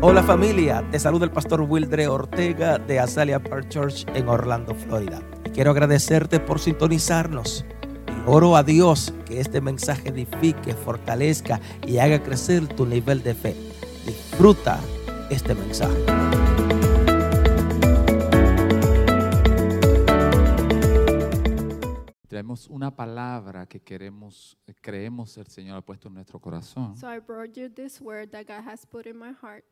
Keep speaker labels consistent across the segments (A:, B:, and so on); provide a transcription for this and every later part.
A: Hola familia, te saluda el pastor Wildre Ortega de Azalea Park Church en Orlando, Florida. Y quiero agradecerte por sintonizarnos. Y oro a Dios que este mensaje edifique, fortalezca y haga crecer tu nivel de fe. Disfruta este mensaje.
B: Tenemos una palabra que queremos, creemos el Señor ha puesto en nuestro corazón.
C: So I brought you this word that God has put in my heart.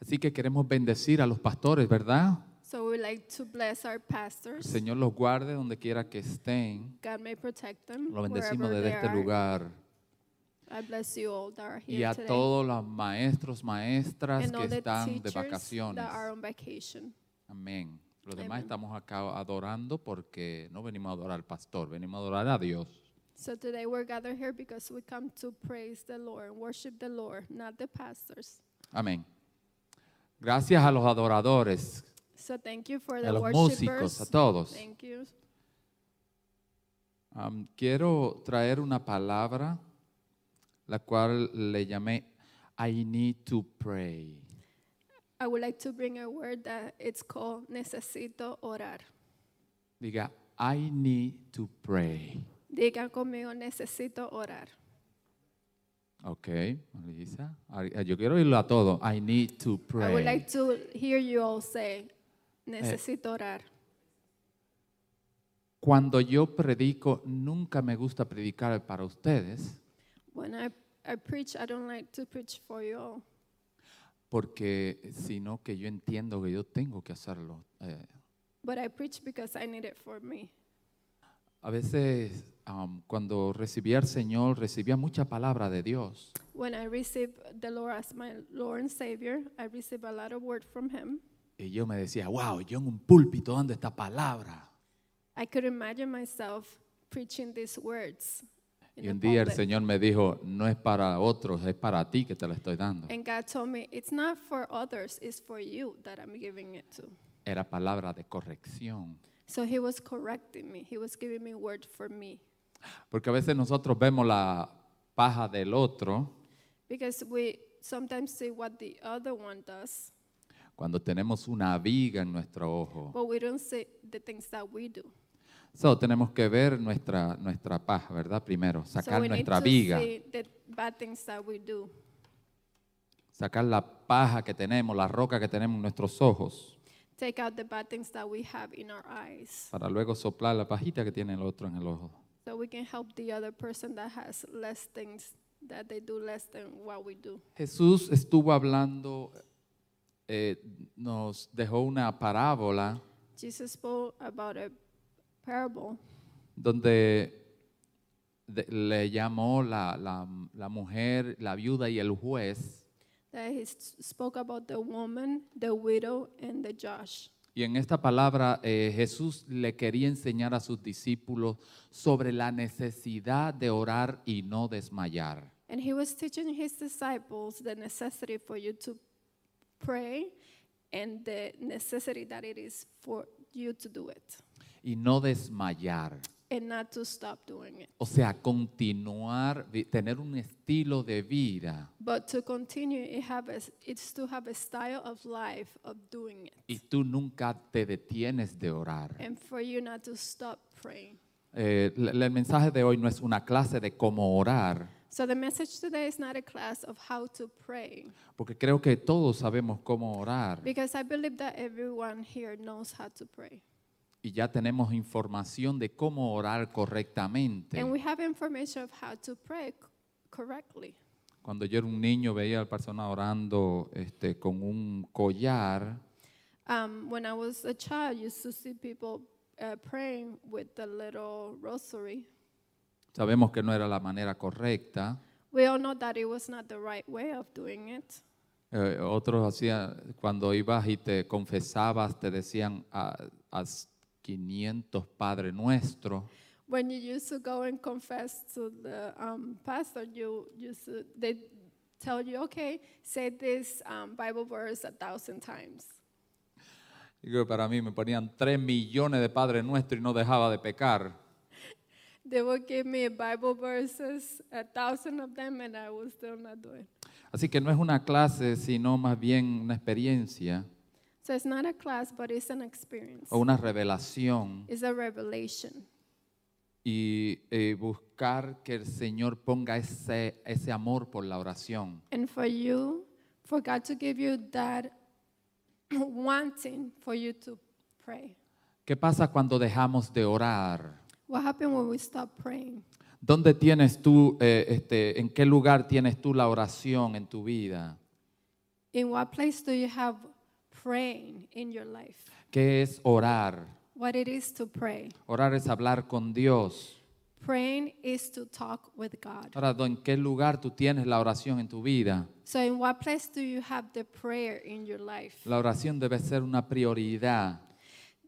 B: Así que queremos bendecir a los pastores, ¿verdad?
C: So we like to bless our
B: El
C: pastors.
B: Señor los guarde donde quiera que estén.
C: God may protect them
B: Los
C: wherever
B: bendecimos desde
C: they
B: este
C: are.
B: lugar.
C: I bless you all that are
B: Y
C: here
B: a
C: today
B: todos los maestros, maestras
C: and all
B: que
C: the
B: están de
C: teachers
B: vacaciones.
C: that are on vacation.
B: Amén. Los demás
C: Amén.
B: estamos acá adorando porque no venimos a adorar al pastor, venimos a adorar a Dios.
C: So today we're gathered here because we come to praise the Lord and worship the Lord, not the pastors.
B: Amén. Gracias a los adoradores,
C: So thank you for
B: a
C: the
B: los
C: worshipers.
B: músicos, a todos.
C: Thank you.
B: Am, quiero traer una palabra, la cual le llamé I need to pray.
C: I would like to bring a word that it's called necesito orar.
B: Diga, I need to pray.
C: Digan conmigo necesito orar.
B: Ok, Marisa. Ay, Yo quiero oírlo a todo. I need to
C: I
B: pray.
C: would like to hear you all say, necesito
B: Eh.
C: orar.
B: Cuando yo predico, nunca me gusta predicar para ustedes
C: When I, I preach, I don't like to preach for you all
B: porque sino que yo entiendo que yo tengo que hacerlo. Eh,
C: but I preach because I need it for me.
B: a veces am, cuando recibía al Señor, recibía mucha palabra de Dios.
C: When I receive the Lord as my Lord and Savior, I receive a lot of word from Him.
B: Y yo me decía, wow, yo en un púlpito dando esta palabra.
C: I could imagine myself preaching these words. in
B: Y
C: a
B: un día el
C: pulpit.
B: Señor me dijo, no es para otros, es para ti que te la estoy dando.
C: And God told me, it's not for others, it's for you that I'm giving it to.
B: Era palabra de corrección.
C: So He was correcting me, He was giving me word for me.
B: Porque a veces nosotros vemos la paja del otro
C: Because we sometimes see what the other one does,
B: cuando tenemos una viga en nuestro ojo.
C: but we don't see the things that we do.
B: So, tenemos que ver nuestra, nuestra paja, ¿verdad? Primero,
C: so
B: sacar
C: we
B: nuestra
C: need to
B: viga,
C: see the bad things that we do.
B: sacar la paja que tenemos, la roca que tenemos en nuestros ojos,
C: Take out the bad things that we have in our eyes,
B: para luego soplar la pajita que tiene el otro en el ojo.
C: so we can help the other person that has less things that they do less than what we do.
B: Jesús estuvo hablando, eh, nos dejó una parábola
C: Jesus spoke about a parable
B: donde de- le llamó la, la- la mujer, la viuda y el juez.
C: that he s- spoke about the woman, the widow, and the Josh.
B: Y en esta palabra eh, Jesús le quería enseñar a sus discípulos sobre la necesidad de orar y no desmayar.
C: And he was teaching his disciples the necessity for you to pray and the necessity that it is for you to do it
B: Y no desmayar.
C: and not to stop doing it,
B: O sea, continuar, vi- tener un estilo de vida
C: but to continue. It have a, it's to have a style of life of doing
B: y
C: it,
B: tú nunca te detienes de orar.
C: and for you not to stop praying.
B: Eh, l- el mensaje de hoy no es una clase de cómo orar,
C: So the message today is not a class of how to pray,
B: porque creo que todos sabemos cómo orar
C: because I believe that everyone here knows how to pray,
B: y ya tenemos información de cómo orar correctamente.
C: and we have information of how to pray c- correctly.
B: Cuando yo era un niño veía a la persona orando este, con un collar
C: Um, when I was a child, I used to see people uh, praying with the little rosary.
B: Sabemos que no era la manera correcta.
C: We all know that it was not the right way of doing it.
B: Eh, otros hacían, cuando ibas y te confesabas, te decían a, 500 Padre Nuestro.
C: When you used to go and confess to the um, pastor, you used to, they tell you, okay, say this um, Bible verse a thousand times.
B: Y que para mí me ponían 3 millones de Padre Nuestro y no dejaba de pecar.
C: They would give me Bible verses, a thousand of them, and I would still not do it.
B: Así que no es una clase, sino más bien una experiencia
C: So it's not a class, but it's an experience.
B: o una revelación
C: It's a revelation.
B: y eh, buscar que el Señor ponga ese, ese amor por la oración.
C: And for you, for God to give you that wanting for you to pray.
B: ¿Qué pasa cuando dejamos de orar?
C: What happened when we stop praying?
B: ¿Dónde tienes tú, eh, este, en qué lugar tienes tú la oración en tu vida?
C: In what place do you have praying in your life?
B: ¿Qué es orar?
C: What it is to pray.
B: Orar es hablar con Dios.
C: Praying is to talk with God.
B: Ahora, ¿en qué lugar tú tienes la oración en tu vida?
C: So, in what place do you have the prayer in your life?
B: La oración debe ser una prioridad,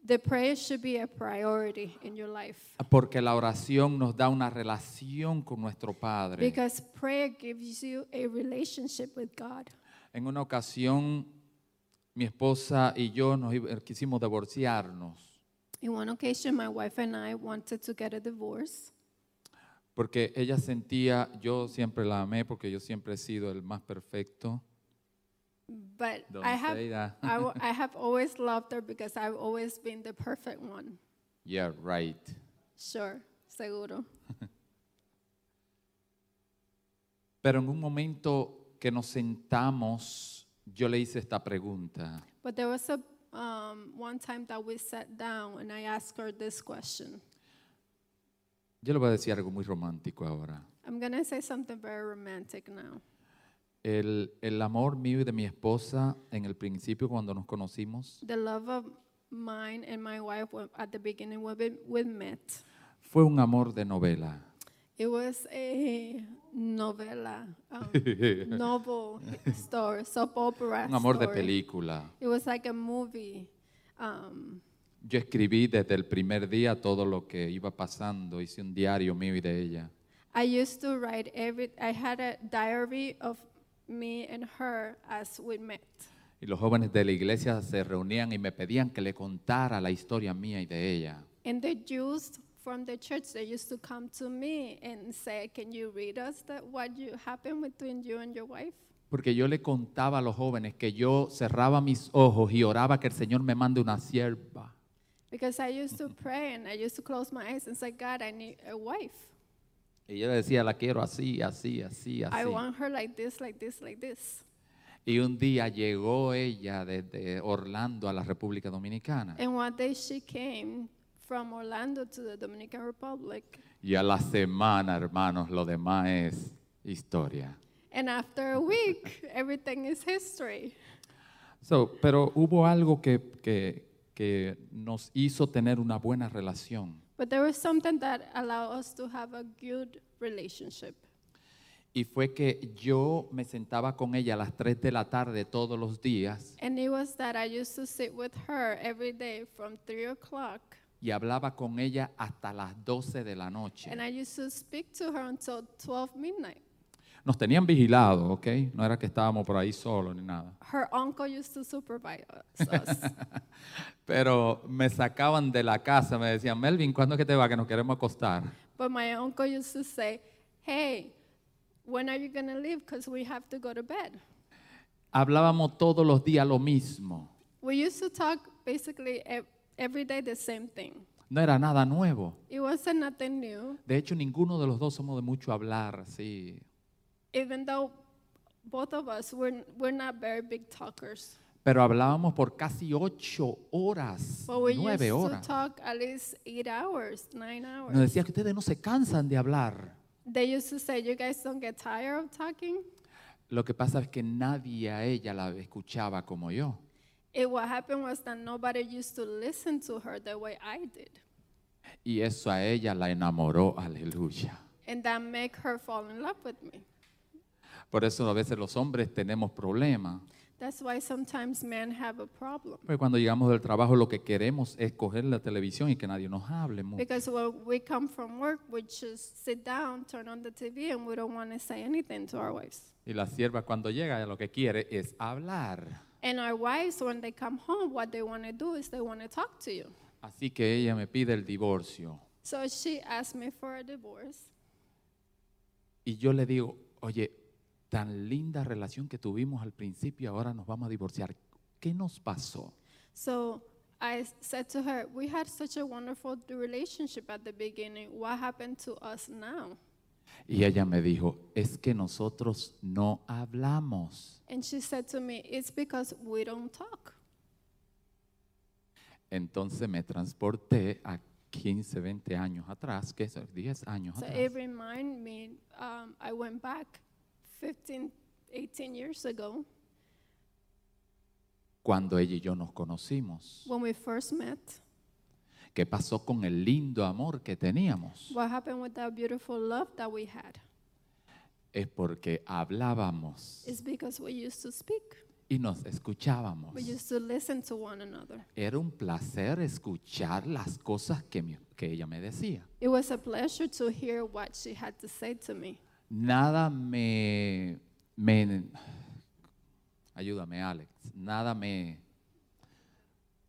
C: The prayer should be a priority in your life
B: porque la oración nos da una relación con nuestro Padre.
C: because prayer gives you a relationship with God.
B: En una ocasión, mi esposa y yo nos iba- quisimos divorciarnos,
C: In one occasion, my wife and I wanted to get a divorce
B: porque ella sentía, yo siempre la amé, porque yo siempre he sido el más perfecto. ah,
C: But
B: Don't
C: I have,
B: say that.
C: I, w- I have always loved her because I've always been the perfect one.
B: Yeah, right.
C: Sure, seguro.
B: Pero en un momento que nos sentamos, yo le hice esta pregunta.
C: But there was a um, one time that we sat down and I asked her this question.
B: Yo le voy a decir algo muy romántico ahora.
C: I'm gonna say something very romantic now.
B: El, el amor mío y de mi esposa en el principio cuando nos conocimos
C: The love of mine and my wife were, at the beginning when we, we met,
B: fue un amor de novela.
C: it was a novela, um, novel story, soap opera.
B: Un amor de
C: story.
B: película.
C: It was like a movie. Um,
B: Yo escribí desde el primer día todo lo que iba pasando, hice un diario mío y de ella.
C: I used to write every. I had a diary of me and her as we met.
B: Y los jóvenes de la iglesia se reunían y me pedían que le contara la historia mía y de ella.
C: And the Jews from the church they used to come to me and say, "Can you read us that what you happened between you and your wife?"
B: Porque yo le contaba a los jóvenes que yo cerraba mis ojos y oraba que el Señor me mande una sierva.
C: Because I used to pray and I used to close my eyes and say, "God, I need a wife.
B: Y yo le decía, la quiero así, así, así,
C: I
B: así.
C: want her like this, like this, like this."
B: Y un día llegó ella desde Orlando a la República Dominicana.
C: And one day she came from Orlando to the Dominican Republic.
B: Y a la semana, hermanos, lo demás es historia.
C: And after a week, everything is history.
B: So, pero hubo algo que, que- que nos hizo tener una buena relación.
C: But there was something that allowed us to have a good relationship.
B: Y fue que yo me sentaba con ella a las 3 de la tarde todos los días
C: And it was that I used to sit with her every day from 3 o'clock.
B: y hablaba con ella hasta las 12 de la noche.
C: And I used to speak to her until 12 midnight.
B: Nos tenían vigilados, ¿ok? No era que estábamos por ahí solos ni nada.
C: Her uncle used to supervise us- us.
B: Pero me sacaban de la casa, me decían, Melvin, ¿cuándo es que te vas? Que nos queremos acostar.
C: but my uncle used to say, Hey, when are you going to leave? Because we have to go to bed.
B: Hablábamos todos los días lo mismo.
C: We used to talk basically ev- every day the same thing.
B: No era nada nuevo.
C: It wasn't nothing new.
B: De hecho, ninguno de los dos somos de mucho hablar, sí.
C: even though both of us we're, we're not very big talkers
B: Pero hablábamos por casi ocho horas,
C: but we used
B: nueve
C: to
B: horas.
C: talk at least eight hours nine hours
B: Nos decía que ustedes no se cansan de hablar.
C: they used to say you guys don't get tired of talking
B: Lo que pasa es que nadie a ella la escuchaba como yo.
C: it what happened was that nobody used to listen to her the way i did
B: Y eso a ella la enamoró, aleluya.
C: and that make her fall in love with me
B: Por eso a veces los hombres tenemos problemas.
C: that's why sometimes men have a problem
B: Porque cuando llegamos del trabajo lo que queremos es coger la televisión y que nadie nos hable mucho.
C: because when we come from work we just sit down turn on the tv and we don't want to say anything to our wives
B: Y la sierva cuando llega lo que quiere es hablar.
C: and our wives when they come home what they want to do is they want to talk to you
B: Así que ella me pide el divorcio.
C: So she asked me for a divorce.
B: Y yo le digo, oye, tan linda relación que tuvimos al principio, ahora nos vamos a divorciar. ¿Qué nos pasó?
C: So I s- said to her, We had such a wonderful relationship at the beginning. What happened to us now?
B: Y ella me dijo, es que nosotros no hablamos.
C: And she said to me, It's because we don't talk.
B: Entonces me transporté a 15, 20 años atrás, que son 10 años
C: So
B: atrás.
C: it reminded me, um, I went back 15, 18 years ago
B: cuando ella y yo nos conocimos.
C: when we first met.
B: ¿Qué pasó con el lindo amor que teníamos?
C: What happened with that beautiful love that we had?
B: Es porque hablábamos
C: It's because we used to speak,
B: y nos escuchábamos.
C: we used to listen to one another.
B: Era un placer escuchar las cosas que, mi- que ella me decía.
C: It was a pleasure to hear what she had to say to me.
B: Nada me, me... Ayúdame, Alex. Nada me...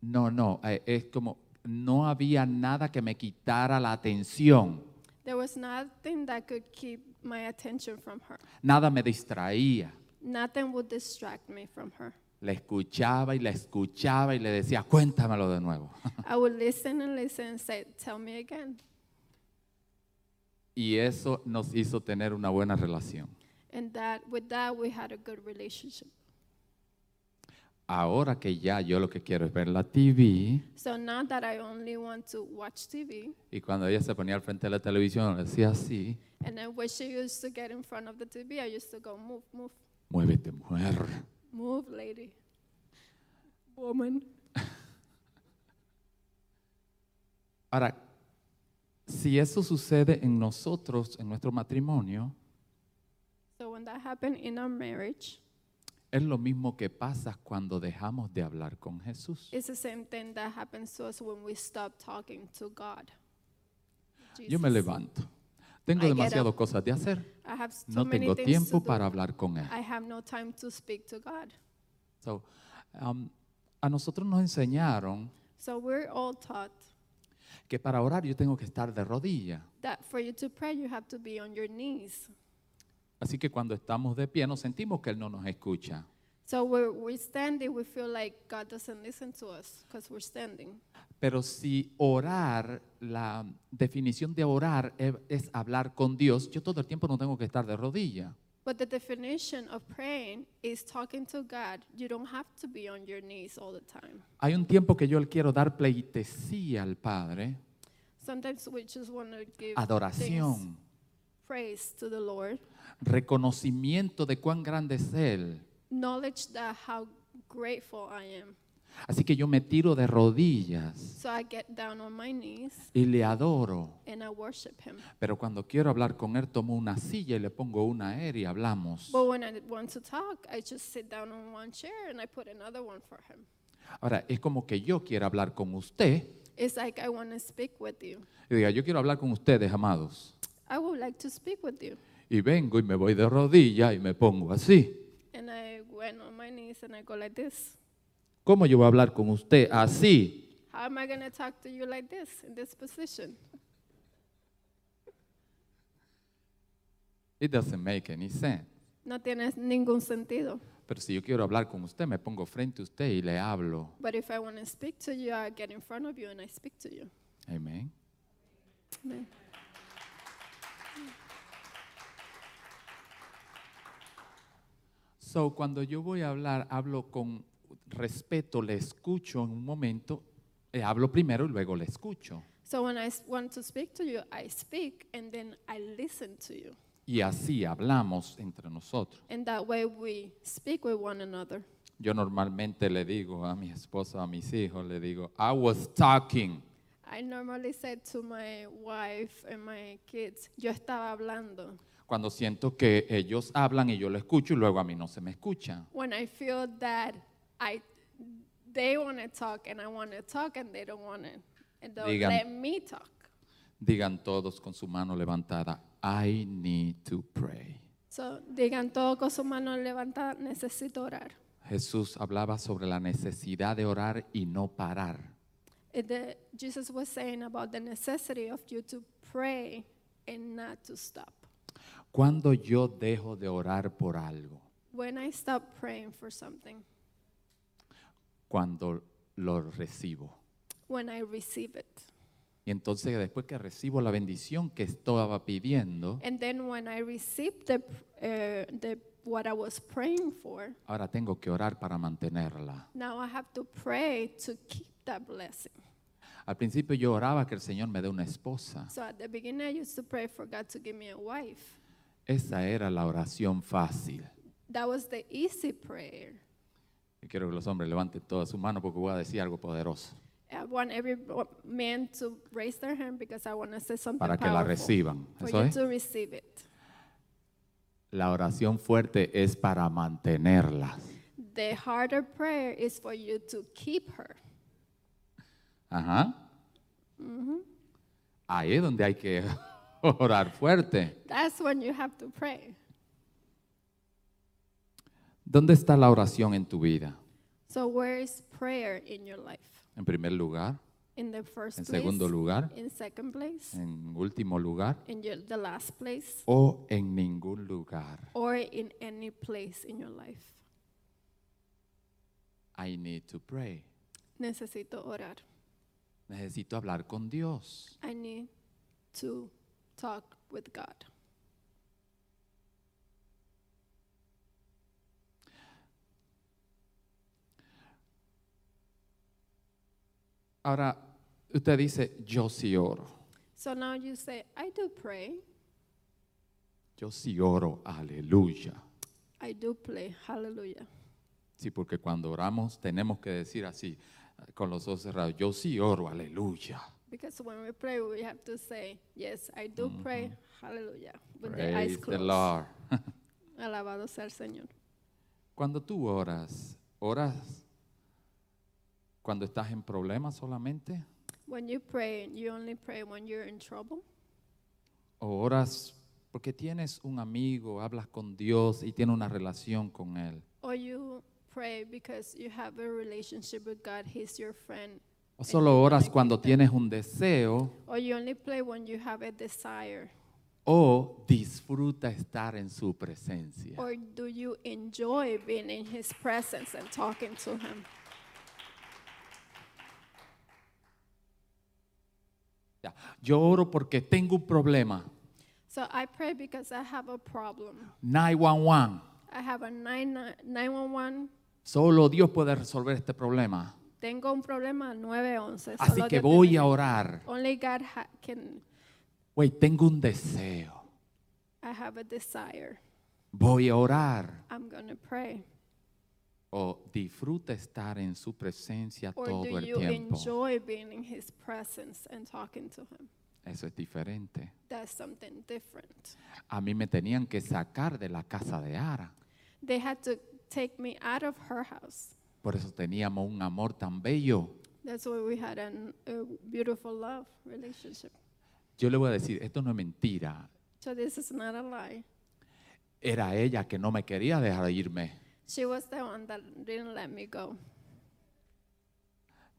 B: No, no, eh, es como... No había nada que me quitara la atención.
C: There was nothing that could keep my attention from her.
B: Nada me distraía.
C: Nothing would distract me from her.
B: La escuchaba y la escuchaba y le decía, cuéntamelo de nuevo.
C: I would listen and listen and say, Tell me again.
B: Y eso nos hizo tener una buena relación.
C: And that with that we had a good relationship.
B: Ahora que ya yo lo que quiero es ver la TV,
C: So now that I only want to watch TV,
B: y cuando ella se ponía al frente de la televisión, le decía así,
C: and then when she used to get in front of the TV, I used to go, move, move,
B: muévete mujer.
C: move, lady, woman.
B: Ahora, si eso sucede en nosotros, en nuestro matrimonio,
C: So when that happened in our marriage,
B: es lo mismo que pasa cuando dejamos de hablar con Jesús.
C: it's the same thing that happens to us when we stop talking to God.
B: Yo me
C: Jesus.
B: levanto. Tengo
C: I get
B: demasiadas
C: up.
B: cosas de hacer.
C: I have s- too
B: No
C: many
B: tengo
C: things to
B: tiempo
C: do.
B: para hablar con Él.
C: I have no time to speak to God.
B: So, um, a nosotros nos enseñaron
C: So we're all taught
B: que para orar yo tengo que estar de rodilla.
C: that for you to pray, you have to be on your knees.
B: Así que cuando estamos de pie nos sentimos que Él no nos escucha.
C: So we're, we're standing, we feel like God doesn't listen to us because we're standing.
B: Pero si orar, la definición de orar es, es hablar con Dios, yo todo el tiempo no tengo que estar de rodilla.
C: But the definition of praying is talking to God. You don't have to be on your knees all the time.
B: Hay un tiempo que yo le quiero dar pleitesía al Padre,
C: Sometimes we just want to give things,
B: adoración,
C: praise to the Lord,
B: reconocimiento de cuán grande es Él.
C: knowledge that how grateful I am.
B: Así que yo me tiro de rodillas
C: So I get down on my knees
B: y le adoro.
C: and I worship Him.
B: Pero cuando quiero hablar con él, tomo una silla y le pongo una a él y hablamos.
C: But when I want to talk, I just sit down on one chair and I put another one for Him.
B: Ahora, es como que yo quiero hablar con usted.
C: It's like I want to speak with you.
B: Y diga, yo quiero hablar con ustedes, amados.
C: I would like to speak with you.
B: Y vengo y me voy de rodillas y me pongo así.
C: And I went on my knees and I go like this.
B: ¿Cómo yo voy a hablar con usted así?
C: How am I going to talk to you like this in this position?
B: It doesn't make any sense.
C: No tiene ningún sentido.
B: Pero si yo quiero hablar con usted, me pongo frente a usted y le hablo.
C: But if I want to speak to you, I get in front of you and I speak to you.
B: Amén.
C: Amen.
B: So, cuando yo voy a hablar, hablo con respeto, le escucho en un momento, eh, hablo primero y luego le escucho.
C: So when I s- want to speak to you, I speak and then I listen to you.
B: Y así hablamos entre nosotros.
C: And that way we speak with one another.
B: Yo normalmente le digo a mi esposa, a mis hijos, le digo, I was talking.
C: I normally said to my wife and my kids, yo estaba hablando.
B: Cuando siento que ellos hablan y yo lo escucho y luego a mí no se me escucha.
C: When I feel that I they want to talk and I want to talk and they don't want to and don't
B: Digan-
C: let me talk.
B: Digan todos con su mano levantada, I need to pray.
C: So, digan todo con su mano levantada, necesito orar.
B: Jesús hablaba sobre la necesidad de orar y no parar.
C: It- the- Jesus was saying about the necessity of you to pray and not to stop.
B: Cuando yo dejo de orar por algo,
C: when I stop praying for something,
B: cuando lo recibo.
C: when I receive it.
B: Y entonces después que recibo la bendición que estaba pidiendo,
C: And then when I received the, pr- uh, the what I was praying for,
B: ahora tengo que orar para mantenerla.
C: now I have to pray to keep that blessing.
B: Al principio yo oraba que el Señor me dé una esposa.
C: So at the beginning, I used to pray for God to give me a wife.
B: Esa era la oración fácil.
C: That was the easy prayer.
B: Y quiero que los hombres levanten todas sus manos porque voy a decir algo poderoso
C: I want every bo- man to raise their hand because I want to say something
B: para que la
C: powerful Pues
B: reciban.
C: for
B: Eso
C: you
B: es.
C: to receive it.
B: La oración fuerte es para mantenerla.
C: The harder prayer is for you to keep her.
B: Ajá. Ahí es donde hay que orar fuerte.
C: That's when you have to pray.
B: ¿Dónde está la oración en tu vida?
C: So where is prayer in your life?
B: En primer lugar,
C: In the first
B: en
C: place,
B: segundo lugar,
C: in second place,
B: en último lugar
C: in your, the last place,
B: o en ningún lugar.
C: or in any place in your life.
B: I need to pray.
C: Necesito orar.
B: Necesito hablar con Dios.
C: I need to talk with God.
B: Ahora, usted dice, yo sí oro.
C: So now you say, I do pray,
B: Yo sí oro, aleluya.
C: I do pray, hallelujah.
B: Sí, porque cuando oramos tenemos que decir así, con los ojos cerrados, yo sí oro, aleluya.
C: Because when we pray, we have to say, Yes, I do pray, hallelujah, with the
B: Mm-hmm. Praise
C: eyes
B: the
C: closed.
B: Lord.
C: Alabado sea el Señor.
B: Cuando tú oras, oras cuando estás en problemas solamente
C: When you pray, you only pray when you're in trouble,
B: o oras porque tienes un amigo, hablas con Dios y tienes una relación con Él.
C: or you pray because you have a relationship with God, He's your friend,
B: O solo oras cuando tienes un deseo
C: or you only pray when you have a desire,
B: o disfruta estar en su presencia.
C: or do you enjoy being in His presence and talking to Him?
B: Ya, Yo oro porque tengo un problema.
C: So I pray because I have a problem.
B: 911.
C: I have a 99 911.
B: Solo Dios puede resolver este problema.
C: Tengo un problema 911.
B: Así
C: solo
B: que
C: Dios
B: voy
C: tiene-
B: a orar.
C: Only God ha- can.
B: Güey, tengo un deseo.
C: I have a desire.
B: Voy a orar.
C: I'm gonna pray.
B: O disfruta estar en su presencia
C: Or
B: todo
C: do
B: el
C: you
B: tiempo.
C: enjoy being in His presence and talking to Him?
B: Eso es diferente.
C: That's something different.
B: A mí me tenían que sacar de la casa de Ara.
C: They had to take me out of her house.
B: Por eso teníamos un amor tan bello.
C: That's why we had an, a beautiful love relationship.
B: Yo le voy a decir, esto no es mentira.
C: So this is not a lie.
B: Era ella que no me quería dejar irme.
C: She was the one that didn't let me go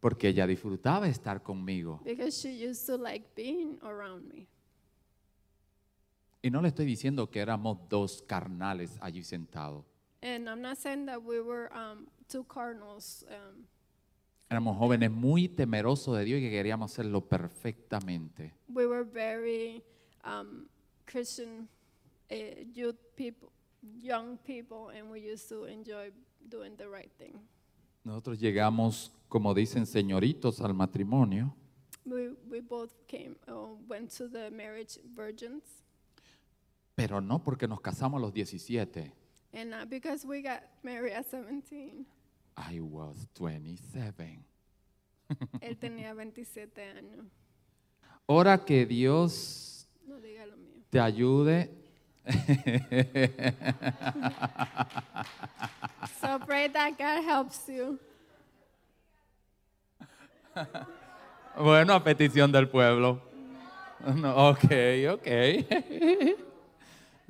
B: Porque ella disfrutaba estar conmigo.
C: because she used to like being around me.
B: Y no le estoy diciendo que éramos dos carnales allí sentados.
C: And I'm not saying that we were um, two cardinals. Um,
B: Éramos jóvenes muy temerosos de Dios y que queríamos hacerlo perfectamente.
C: we were very um, Christian uh, youth people, young people, and we used to enjoy doing the right thing.
B: Nosotros llegamos, como dicen señoritos, al matrimonio.
C: We, we both came, uh, went to the marriage virgins,
B: Pero no porque nos casamos a los 17.
C: and not because we got married at 17.
B: I was 27.
C: Él tenía 27 años.
B: Ora que Dios
C: No diga lo mío.
B: te ayude.
C: So pray that God helps you.
B: Bueno, a petición del pueblo. No, ok, ok.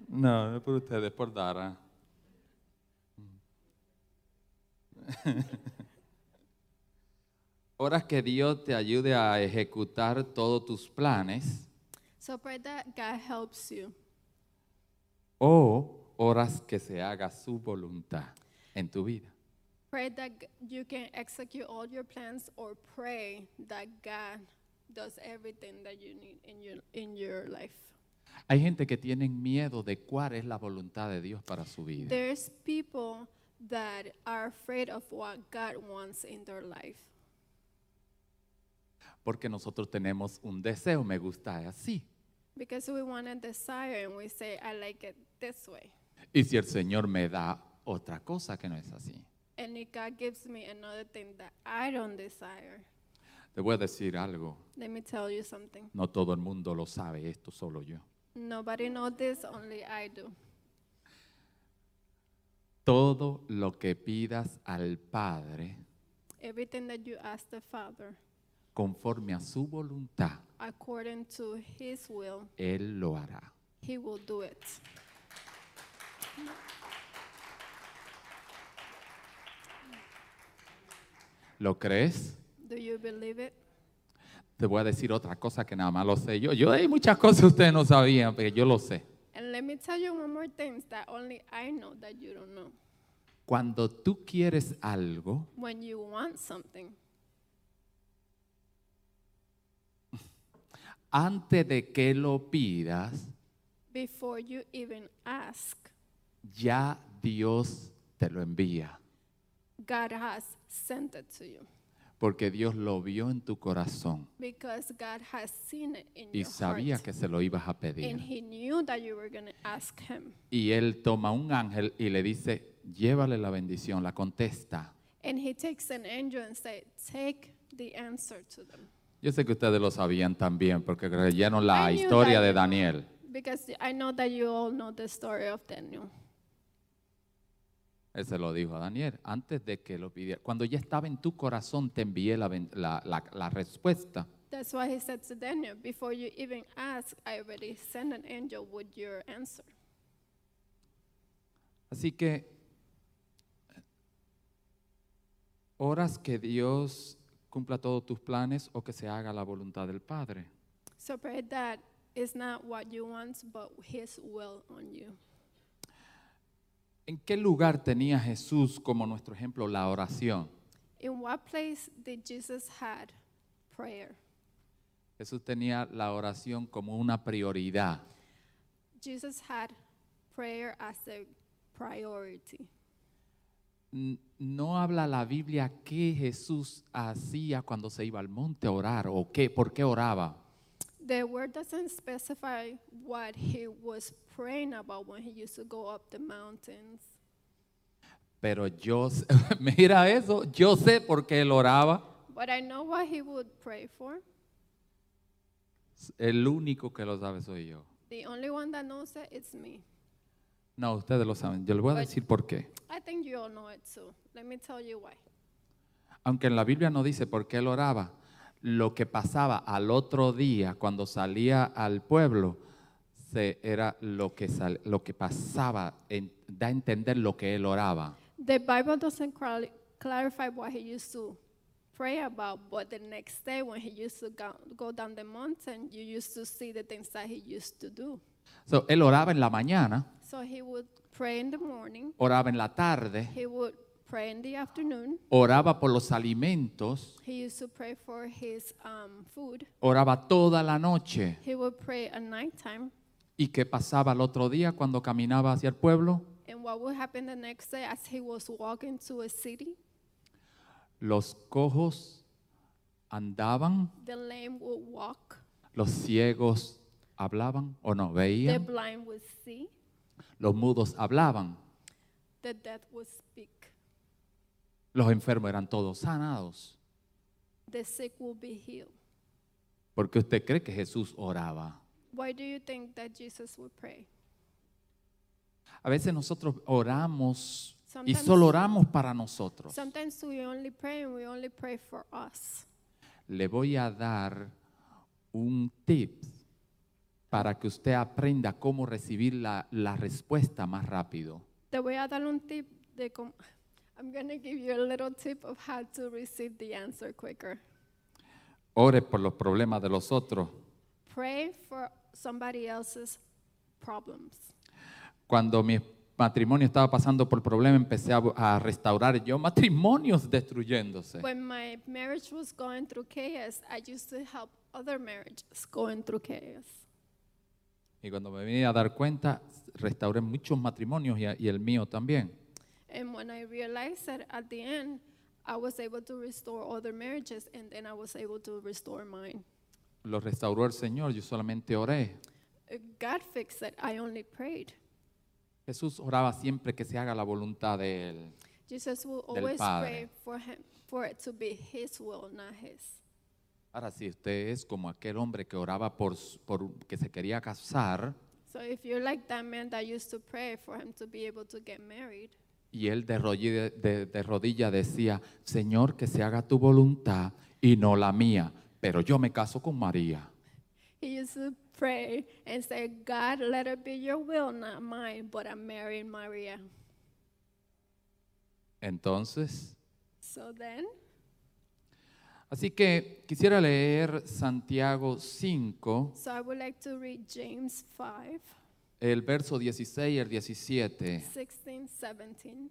B: No, no por ustedes, por Dara. Oras que Dios te ayude a ejecutar todos tus planes
C: So pray that God helps you
B: o oras que se haga su voluntad en tu vida.
C: Pray that g- you can execute all your plans or pray that God does everything that you need in your, in your life.
B: Hay gente que tienen miedo de cuál es la voluntad de Dios para su vida.
C: There's people that are afraid of what God wants in their life
B: Porque nosotros tenemos un deseo, me gusta así.
C: because we want a desire and we say, I like it this way.
B: Y si el Señor me da otra cosa que no es así.
C: And if God gives me another thing that I don't desire,
B: Te voy a decir algo,
C: let me tell you something.
B: no todo el mundo lo sabe, esto solo yo.
C: Nobody knows this, only I do.
B: Todo lo que pidas al Padre
C: Everything that you ask the Father,
B: conforme a su voluntad,
C: according to His will,
B: Él lo hará.
C: He will do it.
B: ¿Lo crees?
C: Do you believe it?
B: Te voy a decir otra cosa que nada más lo sé yo. Yo hay muchas cosas que ustedes no sabían, pero yo lo sé.
C: And let me tell you one more thing that only I know that you don't know.
B: Cuando tú quieres algo,
C: When you want something,
B: antes de que lo pidas,
C: before you even ask,
B: ya Dios te lo envía,
C: God has sent it to you
B: porque Dios lo vio en tu corazón
C: because God has seen it in
B: y
C: your
B: sabía
C: heart.
B: que se lo ibas a
C: And
B: pedir.
C: He knew that you were going to ask Him.
B: Y Él toma un ángel y le dice, llévale la bendición, la contesta.
C: And He takes an angel and says, Take the answer to them.
B: Yo sé que ustedes lo sabían también, porque leyeron la
C: I knew
B: historia
C: that
B: de
C: you-
B: Daniel.
C: Because I know that you all know the story of Daniel.
B: Él se lo dijo a Daniel, antes de que lo pidiera. Cuando ya estaba en tu corazón, te envié la, ben- la- la- la respuesta.
C: That's why he said to Daniel, Before you even ask, I already sent an angel with your answer.
B: Así que, oras que Dios cumpla todos tus planes o que se haga la voluntad del Padre.
C: So pray that it's not what you want, but His will on you.
B: ¿En qué lugar tenía Jesús como nuestro ejemplo la oración?
C: In what place did Jesus had prayer?
B: Jesús tenía la oración como una prioridad.
C: Jesus had prayer as a priority.
B: N- No habla la Biblia qué Jesús hacía cuando se iba al monte a orar o qué, por qué oraba.
C: The word doesn't specify what he was praying about when he used to go up the mountains.
B: Pero yo, s- mira eso, yo sé por qué él oraba.
C: But I know what he would pray for.
B: S- El único que lo sabe soy yo.
C: The only one that knows it is me.
B: No, ustedes lo saben. Yo les voy a
C: Oye.
B: decir por qué.
C: I think you all know it too. Let me tell you why.
B: Aunque en la Biblia no dice por qué él oraba, lo que pasaba al otro día cuando salía al pueblo se, era lo que, sal- lo que pasaba, en- da a entender lo que él oraba.
C: The Bible doesn't clar- clarify what he used to pray about, but the next day when he used to go, go down the mountain, you used to see the things that he used to do.
B: So, él oraba en la mañana,
C: So he would pray in the morning,
B: oraba en la tarde,
C: he would pray in the afternoon,
B: oraba por los alimentos,
C: he used to pray for his um, food,
B: oraba toda la noche.
C: he would pray at nighttime.
B: ¿Y qué pasaba al otro día cuando caminaba hacia el pueblo?
C: And what would happen the next day as he was walking to a city?
B: Los cojos andaban,
C: The lame would walk,
B: los ciegos hablaban o no
C: the
B: veían,
C: blind would see,
B: los mudos hablaban,
C: the dead would speak,
B: los enfermos eran todos sanados.
C: the sick would be healed.
B: ¿Por qué usted cree que Jesús oraba?
C: Why do you think that Jesus would pray?
B: A veces nosotros oramos y
C: Sometimes-
B: solo oramos para nosotros.
C: Sometimes we only pray and we only pray for us.
B: Le voy a dar un tip para que usted aprenda cómo recibir la, la respuesta más rápido.
C: Te voy a dar un tip de cómo. I'm going to give you a little tip of how to receive the answer quicker.
B: Ore por los problemas de los otros.
C: Pray for somebody else's problems.
B: Cuando mi matrimonio estaba pasando por problemas, empecé a, bu- a restaurar yo matrimonios destruyéndose.
C: When my marriage was going through chaos, I used to help other marriages going through chaos.
B: Y cuando me vine a dar cuenta, restauré muchos matrimonios y, a- y el mío también.
C: And when I realized that at the end, I was able to restore other marriages and then I was able to restore mine.
B: Lo restauró el Señor, yo solamente oré.
C: Uh, God fixed it. I only prayed.
B: Jesús oraba siempre que se haga la voluntad de Él.
C: Jesus will
B: Del
C: always
B: Padre.
C: pray for him for it to be his will, not his.
B: Ahora, si usted es como aquel hombre que oraba por, s- por que se quería casar
C: So if you're like that man that used to pray for him to be able to get married,
B: y él de, rolli- de- de rodilla decía, Señor, que se haga tu voluntad y no la mía, pero yo me caso con María.
C: he used to pray and say, God, let it be your will, not mine, but I'm marrying Maria.
B: Entonces,
C: So then,
B: así que quisiera leer Santiago 5,
C: so I would like to read James 5,
B: el verso 16 y el 17.
C: 16, 17.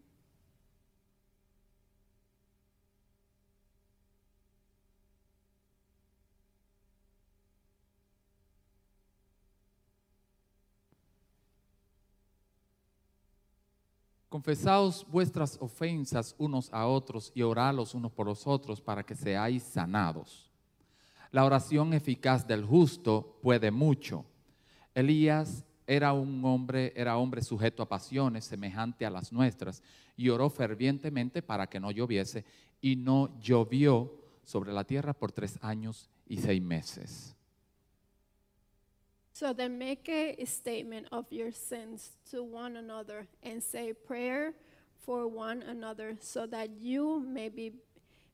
B: Confesaos vuestras ofensas unos a otros y orad los unos por los otros para que seáis sanados. La oración eficaz del justo puede mucho. Elías era un hombre, era hombre sujeto a pasiones semejante a las nuestras y oró fervientemente para que no lloviese y no llovió sobre la tierra por tres años y seis meses.
C: So then make a statement of your sins to one another and say prayer for one another so that you may be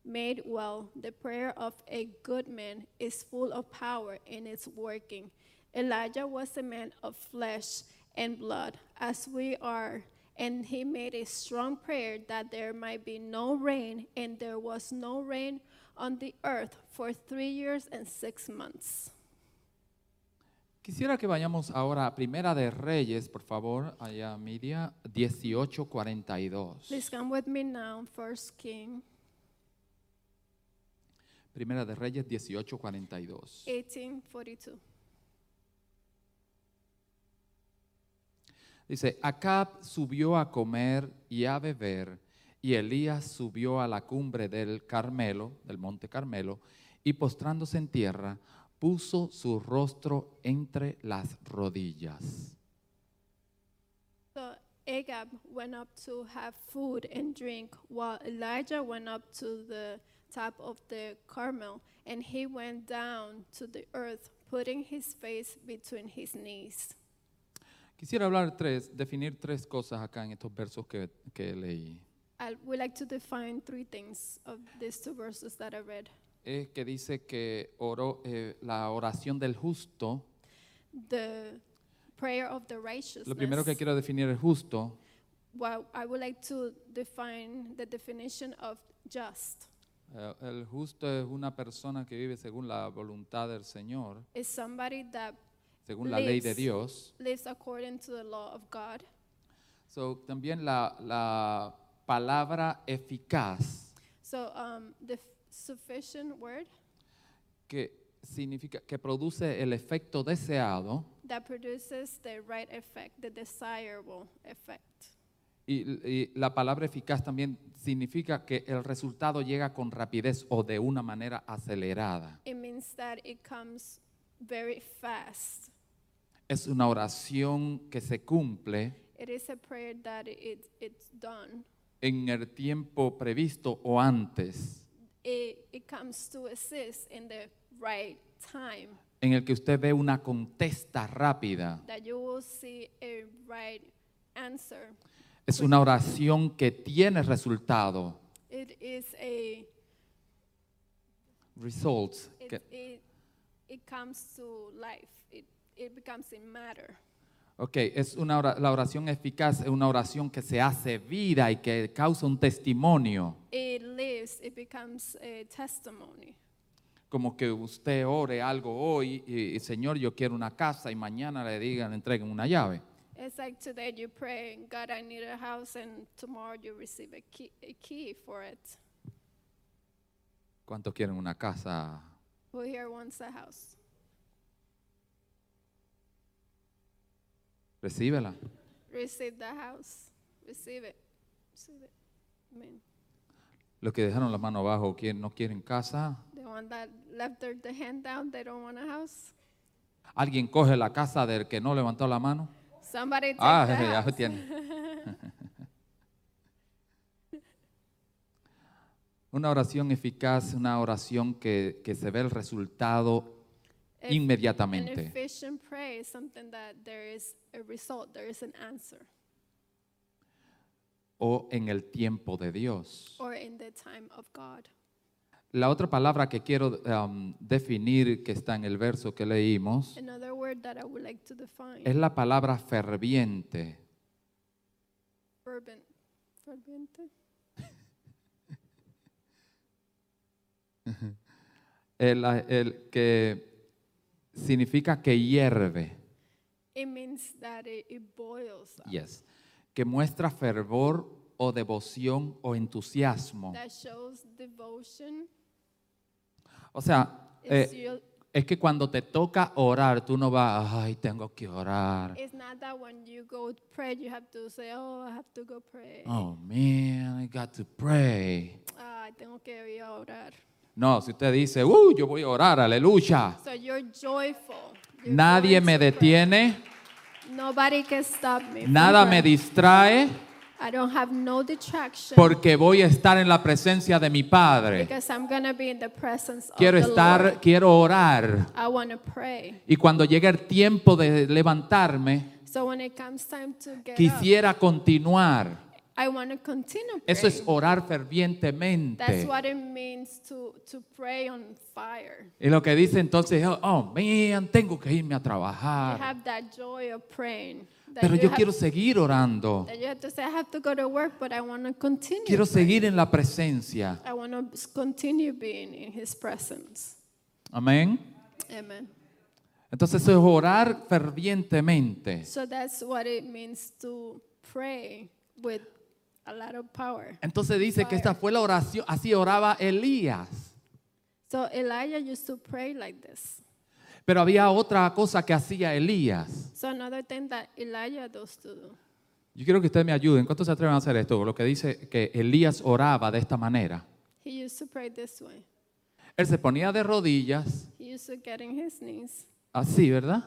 C: made well. The prayer of a good man is full of power in its working. Elijah was a man of flesh and blood, as we are, and he made a strong prayer that there might be no rain, and there was no rain on the earth for three years and six months.
B: Quisiera que vayamos ahora a Primera de Reyes, por favor, allá Miria, 1842.
C: Please come with me now, First King
B: Primera de Reyes 18:42.
C: Eh. 1842.
B: Dice, Acab subió a comer y a beber, y Elías subió a la cumbre del Carmelo, del monte Carmelo, y postrándose en tierra, puso su rostro entre las rodillas.
C: So Agab went up to have food and drink, while Elijah went up to the top of the Carmel, and he went down to the earth, putting his face between his knees.
B: Quisiera hablar tres, definir tres cosas acá en estos versos que, que leí.
C: I would like to define three things of these two verses that I read.
B: Es que dice que oró, eh, la oración del justo,
C: The prayer of the righteousness.
B: lo primero que quiero definir es justo,
C: well, I would like to define the definition of just.
B: Eh, El justo es una persona que vive según la voluntad del Señor,
C: Is somebody that
B: según la ley de
C: Lives.
B: Dios.
C: lives according to the law of God.
B: So, también la, la palabra eficaz,
C: So um, the f- sufficient word
B: que significa que produce el efecto deseado
C: that produces the right effect, the desirable effect.
B: y, y la palabra eficaz también significa que el resultado llega con rapidez o de una manera acelerada.
C: It means that it comes very fast.
B: Es una oración que se cumple
C: It is a prayer that it, it's done.
B: en el tiempo previsto o antes,
C: It, it comes to assist in the right time,
B: en el que usted ve una contesta rápida.
C: that you will see a right answer.
B: Es una oración que tiene resultado,
C: It is a,
B: results,
C: it,
B: que-
C: it, it comes to life. It, it becomes a matter.
B: ok, es una ora- la oración eficaz, es una oración que se hace vida y que causa un testimonio,
C: it lives, it becomes a testimony.
B: como que usted ore algo hoy y, y, Señor, yo quiero una casa y mañana le digan, entreguen una llave.
C: It's like today you pray, God, I need a house, and tomorrow you receive a key, a key for it.
B: ¿Cuántos quieren una casa?
C: Who here wants a house?
B: Recíbela.
C: Receive the house. Receive it. Receive it. Amen.
B: Los que dejaron la mano abajo, ¿quién no quieren casa?
C: The one that left their the hand down, they don't want a house.
B: ¿Alguien coge la casa del que no levantó la mano?
C: Somebody take
B: Ah,
C: the
B: ya
C: house.
B: tiene. Una oración eficaz, una oración que, que se ve el resultado
C: If An
B: inmediatamente.
C: efficient prayer is something that there is a result, there is an answer,
B: o en el tiempo de Dios.
C: or in the time of God.
B: La otra palabra que quiero um, definir que está en el verso que leímos
C: Another word that I would like to define:
B: es la palabra ferviente.
C: fervent. Ferviente?
B: El, el que significa que hierve,
C: It means that it, it boils up,
B: yes, que muestra fervor o devoción o entusiasmo.
C: that shows devotion.
B: O sea,
C: It's,
B: eh,
C: you-
B: es que cuando te toca orar, tú no vas, ay, tengo que orar.
C: it's not that when you go to pray, you have to say, Oh, I have to go pray.
B: Oh, man, I got to pray.
C: Ah, tengo que ir a orar.
B: No, si usted dice, uh, yo voy a orar, aleluya.
C: So you're joyful. You're
B: Nadie
C: going
B: me
C: to pray.
B: detiene,
C: Nobody can stop me. from
B: nada me
C: praying.
B: distrae,
C: I don't have no distraction
B: porque voy a estar en la presencia de mi Padre.
C: because I'm gonna be in the presence
B: Quiero
C: of the
B: estar,
C: Lord.
B: quiero orar.
C: I wanna pray.
B: Y cuando llegue el tiempo de levantarme,
C: So when it comes time to get up,
B: quisiera continuar.
C: I wanna continue praying.
B: Eso es orar
C: That's
B: fervientemente.
C: what it means to to pray on fire.
B: Y lo que dice entonces, oh, oh, man, tengo que irme a
C: You
B: trabajar.
C: have that joy of praying. That
B: Pero
C: you
B: yo
C: have-
B: quiero seguir orando.
C: that you have to say, I have to go to work, but I wanna continue.
B: Quiero
C: praying.
B: seguir en la presencia.
C: I wanna continue being in His presence.
B: Amén.
C: Amen.
B: Entonces eso es orar fervientemente.
C: So that's what it means to pray with a lot of power.
B: Entonces dice que esta fue la oración, así oraba Elías.
C: So Elijah used to pray like this.
B: Pero había otra cosa que hacía Elías.
C: So another thing that Elijah does to do.
B: Yo quiero que ustedes me ayuden. ¿Cuántos se atreven a hacer esto? Lo que dice que Elías oraba de esta manera.
C: He used to pray this way.
B: Él se ponía de rodillas,
C: He used to get in his knees.
B: así, ¿verdad?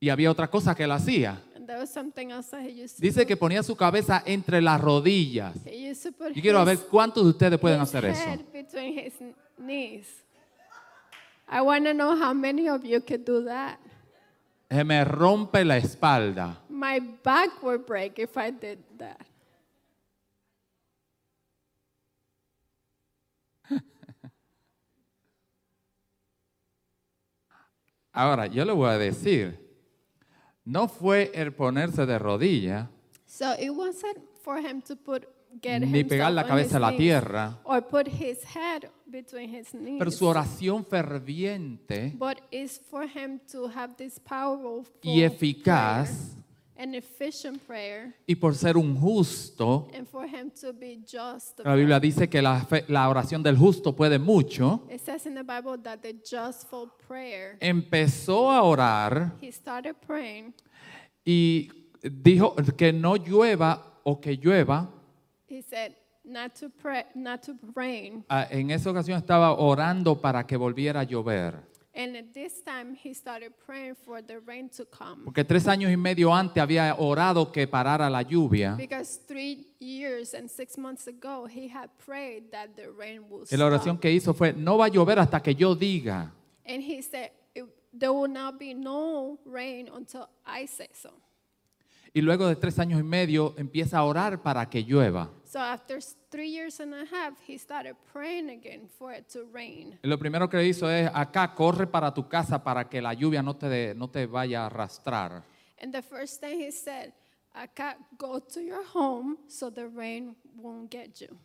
B: Y había otra cosa que él hacía.
C: And there was something else that he used to
B: Dice
C: do.
B: que ponía su cabeza entre las rodillas.
C: He used to put
B: Yo quiero
C: his,
B: ver cuántos de ustedes pueden
C: his
B: hacer eso.
C: head between his kn- knees. I want to know how many of you could do that.
B: Se me rompe la espalda.
C: My back would break if I did that.
B: Ahora, yo le voy a decir, no fue el ponerse de rodilla,
C: So it wasn't for him to put get
B: ni pegar
C: himself
B: la
C: on
B: cabeza a
C: his
B: la
C: knees
B: tierra,
C: or put his head between his knees.
B: pero su oración ferviente
C: But it's for him to have this powerful
B: y eficaz,
C: prayer, an efficient prayer,
B: y por ser un justo,
C: and for him to be just.
B: la Biblia dice que la, fe- la oración del justo puede mucho,
C: It says in the Bible that the justful prayer.
B: empezó a orar
C: He started praying.
B: y dijo que no llueva o que llueva.
C: He said not to pray, not to rain.
B: Ah, En esa ocasión estaba orando para que volviera a llover.
C: And at this time, he started praying for the rain to come.
B: Porque tres años y medio antes había orado que parara la lluvia.
C: Because three years and six months ago, he had prayed that the rain will
B: Y la oración
C: stop.
B: que hizo fue, no va a llover hasta que yo diga.
C: And he said, "It- There will not be no rain until I say so.
B: Y luego de tres años y medio empieza a orar para que llueva.
C: So after s- three years and a half, he started praying again for it to rain.
B: Y lo primero que hizo es, acá, corre para tu casa para que la lluvia no te, de- no te vaya a arrastrar.
C: And the first thing he said, I can't go to your home so the rain won't get you.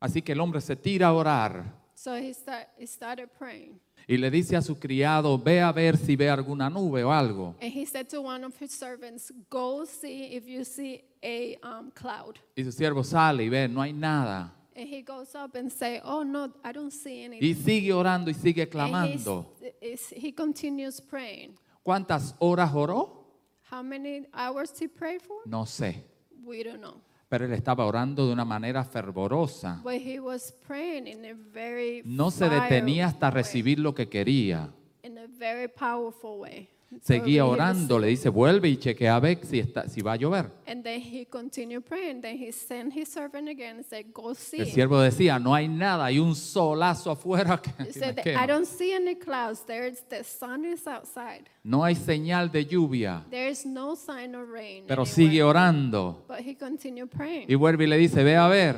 B: Así que el hombre se tira a orar.
C: So he, start, he started praying.
B: y le dice a su criado, ve a ver si ve alguna nube o algo.
C: And he said to one of his servants, Go see if you see a um, cloud.
B: Y su siervo sale y ve, no hay nada.
C: And he goes up and say, Oh, no, I don't see anything.
B: Y sigue orando y sigue
C: And he's-
B: clamando.
C: is- he continues praying.
B: ¿Cuántas horas oró?
C: How many hours he prayed for?
B: No sé.
C: We don't know.
B: Pero él estaba orando de una manera fervorosa.
C: But he was praying in a very
B: No se
C: fire Oh,
B: detenía hasta
C: way,
B: recibir lo que quería.
C: in a very powerful way. So he
B: Seguía
C: was-
B: orando, le dice, vuelve y chequea a ver si, está, si va a llover.
C: And then he continued praying. Then he sent his servant again and said, Go see.
B: El siervo decía, no hay nada, hay un solazo afuera. que
C: He
B: me
C: said, that,
B: quema".
C: I don't see any clouds. There's the sun is outside.
B: No hay señal de lluvia,
C: There is no sign of rain.
B: pero
C: anywhere."
B: sigue orando.
C: But he continued praying.
B: Y vuelve y le dice, ve a ver.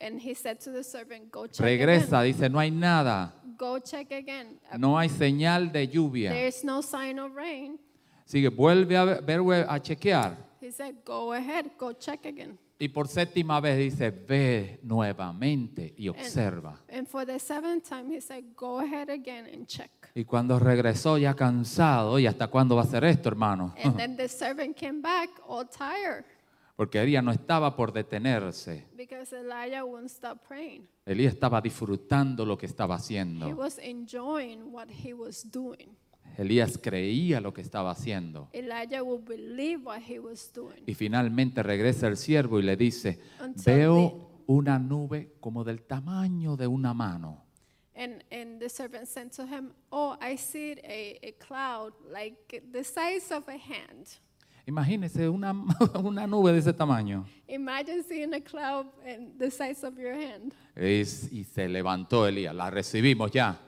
C: and he said to the servant, Go check
B: Regresa, dice, no hay nada,
C: again. Go check again.
B: no hay señal de lluvia.
C: There's no sign of rain.
B: Sigue, vuelve a ver, ver- a chequear.
C: He said, Go ahead, go check again.
B: Y por séptima vez dice, ve nuevamente y observa.
C: And for the seventh time, he said, Go ahead again and check.
B: Y cuando regresó ya cansado, ¿y hasta cuándo va a ser esto, hermano?
C: And then the servant came back all tired
B: Porque Elías no estaba por detenerse.
C: because Elijah wouldn't stop praying.
B: Elías estaba disfrutando lo que estaba
C: He
B: haciendo.
C: was enjoying what he was doing.
B: Elías creía lo que estaba haciendo.
C: Elijah would believe what he was doing.
B: Y finalmente regresa el siervo y le dice,
C: Until
B: veo una nube como del tamaño de una mano.
C: And, and the servant said to him, Oh, I see a, a cloud like the size of a hand.
B: Imagínese una, una nube de ese tamaño.
C: Imagine seeing a cloud and the size of your hand.
B: Es- y se levantó Elías, la recibimos ya.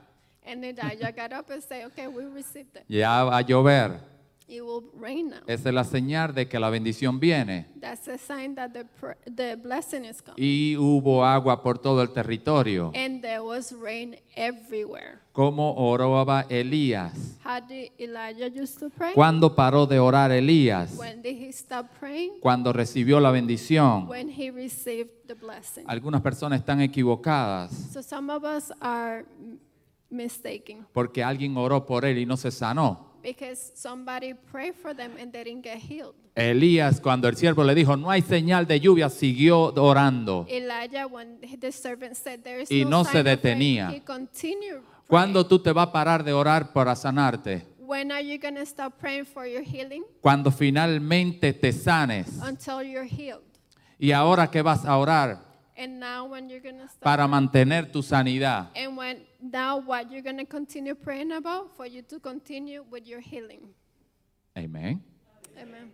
C: And Elijah got up and said, Okay, we received it.
B: Ya va a llover.
C: It will rain now.
B: Esa es la señal de que la bendición viene.
C: That's a sign that the, pr- the blessing is coming.
B: y hubo agua por todo el territorio.
C: And there was rain everywhere.
B: ¿Cómo oraba Elías?
C: How did Elijah used to pray?
B: ¿Cuándo paró de orar Elías?
C: When did he stop praying?
B: Cuando recibió la bendición.
C: When he received the blessing.
B: Algunas personas están equivocadas
C: So some of us are m- mistaken
B: porque alguien oró por él y no se sanó.
C: because somebody prayed for them and they didn't get healed.
B: Elías, cuando el siervo le dijo, no hay señal de lluvia, siguió orando.
C: Elijah, when the servant said there is
B: Y
C: no
B: no se
C: sign of rain,"
B: detenía.
C: he continued. praying.
B: ¿Cuándo tú te vas a parar de orar para sanarte?
C: When are you gonna stop praying for your healing
B: Cuando finalmente te sanes.
C: until you're healed?
B: ¿Y ahora qué vas a orar?
C: And now when you're gonna stop?
B: Para mantener tu sanidad.
C: And when now what you're gonna continue praying about for you to continue with your healing?
B: Amén.
C: Amen.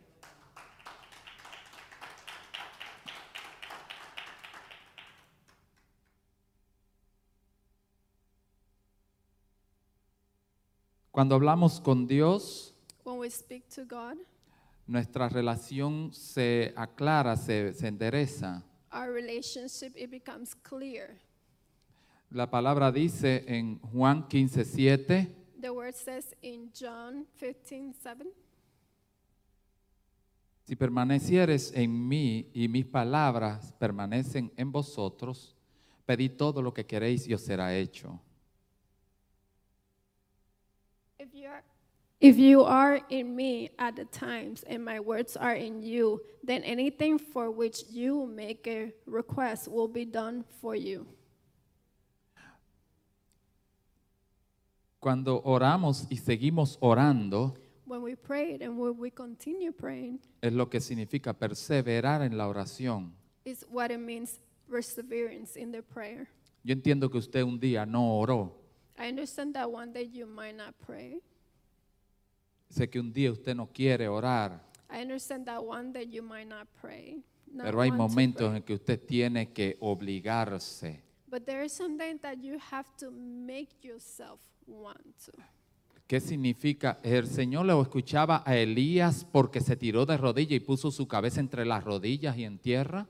B: Cuando hablamos con Dios,
C: When we speak to God,
B: nuestra relación se aclara, se, se endereza.
C: our relationship it becomes clear.
B: La palabra dice en Juan 15:7,
C: The word says in John 15, 7,
B: si permanecieres en mí y mis palabras permanecen en vosotros, pedid todo lo que queréis y os será hecho.
C: if you are if you are in me at the times and my words are in you, then anything for which you make a request will be done for you.
B: Cuando oramos y seguimos orando,
C: When we prayed and when we continue praying,
B: es lo que significa perseverar en la oración.
C: is what it means perseverance in the prayer.
B: Yo entiendo que usted un día no oró.
C: I understand that one day you might not pray.
B: Sé que un día usted no quiere orar.
C: I understand that one day you might not pray. not
B: Pero hay
C: want to
B: momentos
C: pray.
B: en que usted tiene que obligarse.
C: But there is something that you have to make yourself want to.
B: ¿Qué significa? El Señor lo escuchaba a Elías porque se tiró de rodillas y puso su cabeza entre las rodillas y en tierra.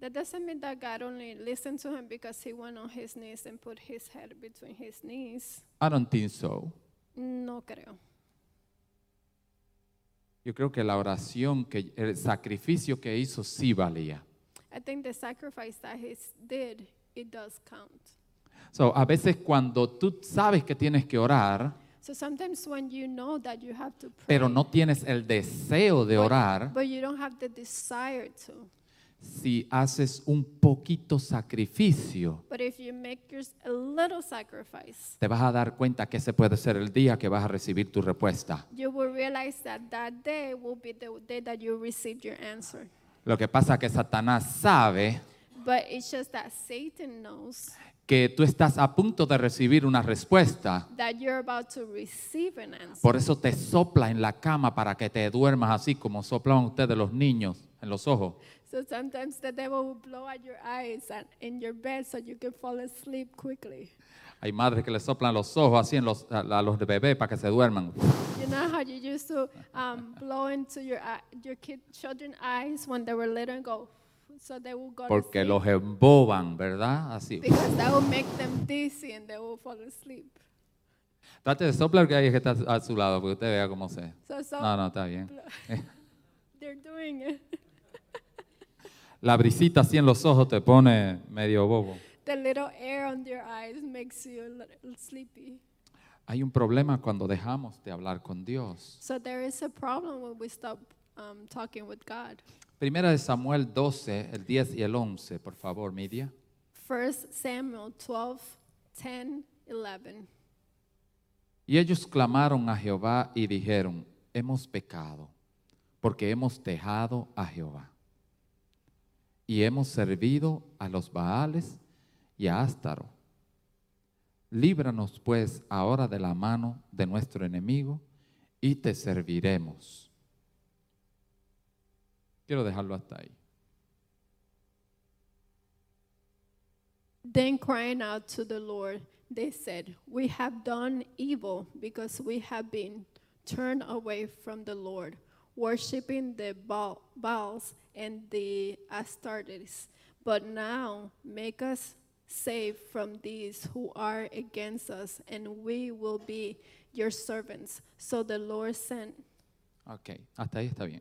C: That doesn't mean that God only listened to him because he went on his knees and put his head between his knees.
B: I don't think so.
C: No creo.
B: Yo creo que la oración, que el sacrificio que hizo sí valía.
C: I think the sacrifice that he s- did, it does count.
B: So, a veces cuando tú sabes que tienes que orar,
C: So sometimes when you know that you have to pray,
B: pero no tienes el deseo de orar,
C: but you don't have the desire to.
B: si haces un poquito sacrificio,
C: But if you make your, a little sacrifice,
B: te vas a dar cuenta que ese puede ser el día que vas a recibir tu respuesta.
C: you will realize that that day will be the day that you receive your answer.
B: Lo que pasa es que Satanás sabe
C: But it's just that Satan knows
B: que tú estás a punto de recibir una respuesta.
C: that you're about to receive an answer.
B: Por eso te sopla en la cama para que te duermas así como soplan ustedes los niños en los ojos.
C: So sometimes the devil will blow at your eyes and in your bed so you can fall asleep quickly.
B: Hay madres que le soplan los ojos así en los, a, a los bebés para que se duerman.
C: You know how you used to um, blow into your eye, your kid children's eyes when they were little and go, so they will go to
B: Porque
C: sleep
B: los emboban, ¿verdad? Así.
C: because that will make them dizzy and they will fall asleep.
B: Trate de soplar que hay que está a su lado, porque usted vea cómo se...
C: So so
B: No, no, está bien.
C: they're doing it.
B: La brisita así en los ojos te pone medio bobo.
C: the little air on their eyes makes you a little sleepy.
B: Hay un problema cuando dejamos de hablar con Dios.
C: So there is a problem when we stop um, talking with God.
B: Primera de Samuel 12, el 10 y el 11, por favor, Media.
C: First Samuel 12, 10, 11.
B: Y ellos clamaron a Jehová y dijeron, hemos pecado, porque hemos dejado a Jehová. Y hemos servido a los Baales y a Ástaro. Líbranos pues ahora de la mano de nuestro enemigo y te serviremos. Quiero dejarlo hasta ahí.
C: Then crying out to the Lord, they said, We have done evil because we have been turned away from the Lord, worshiping the Baal- Baals and the Astartes. But now make us safe from these who are against us, and we will be your servants. So the Lord sent
B: Ok, hasta ahí está bien.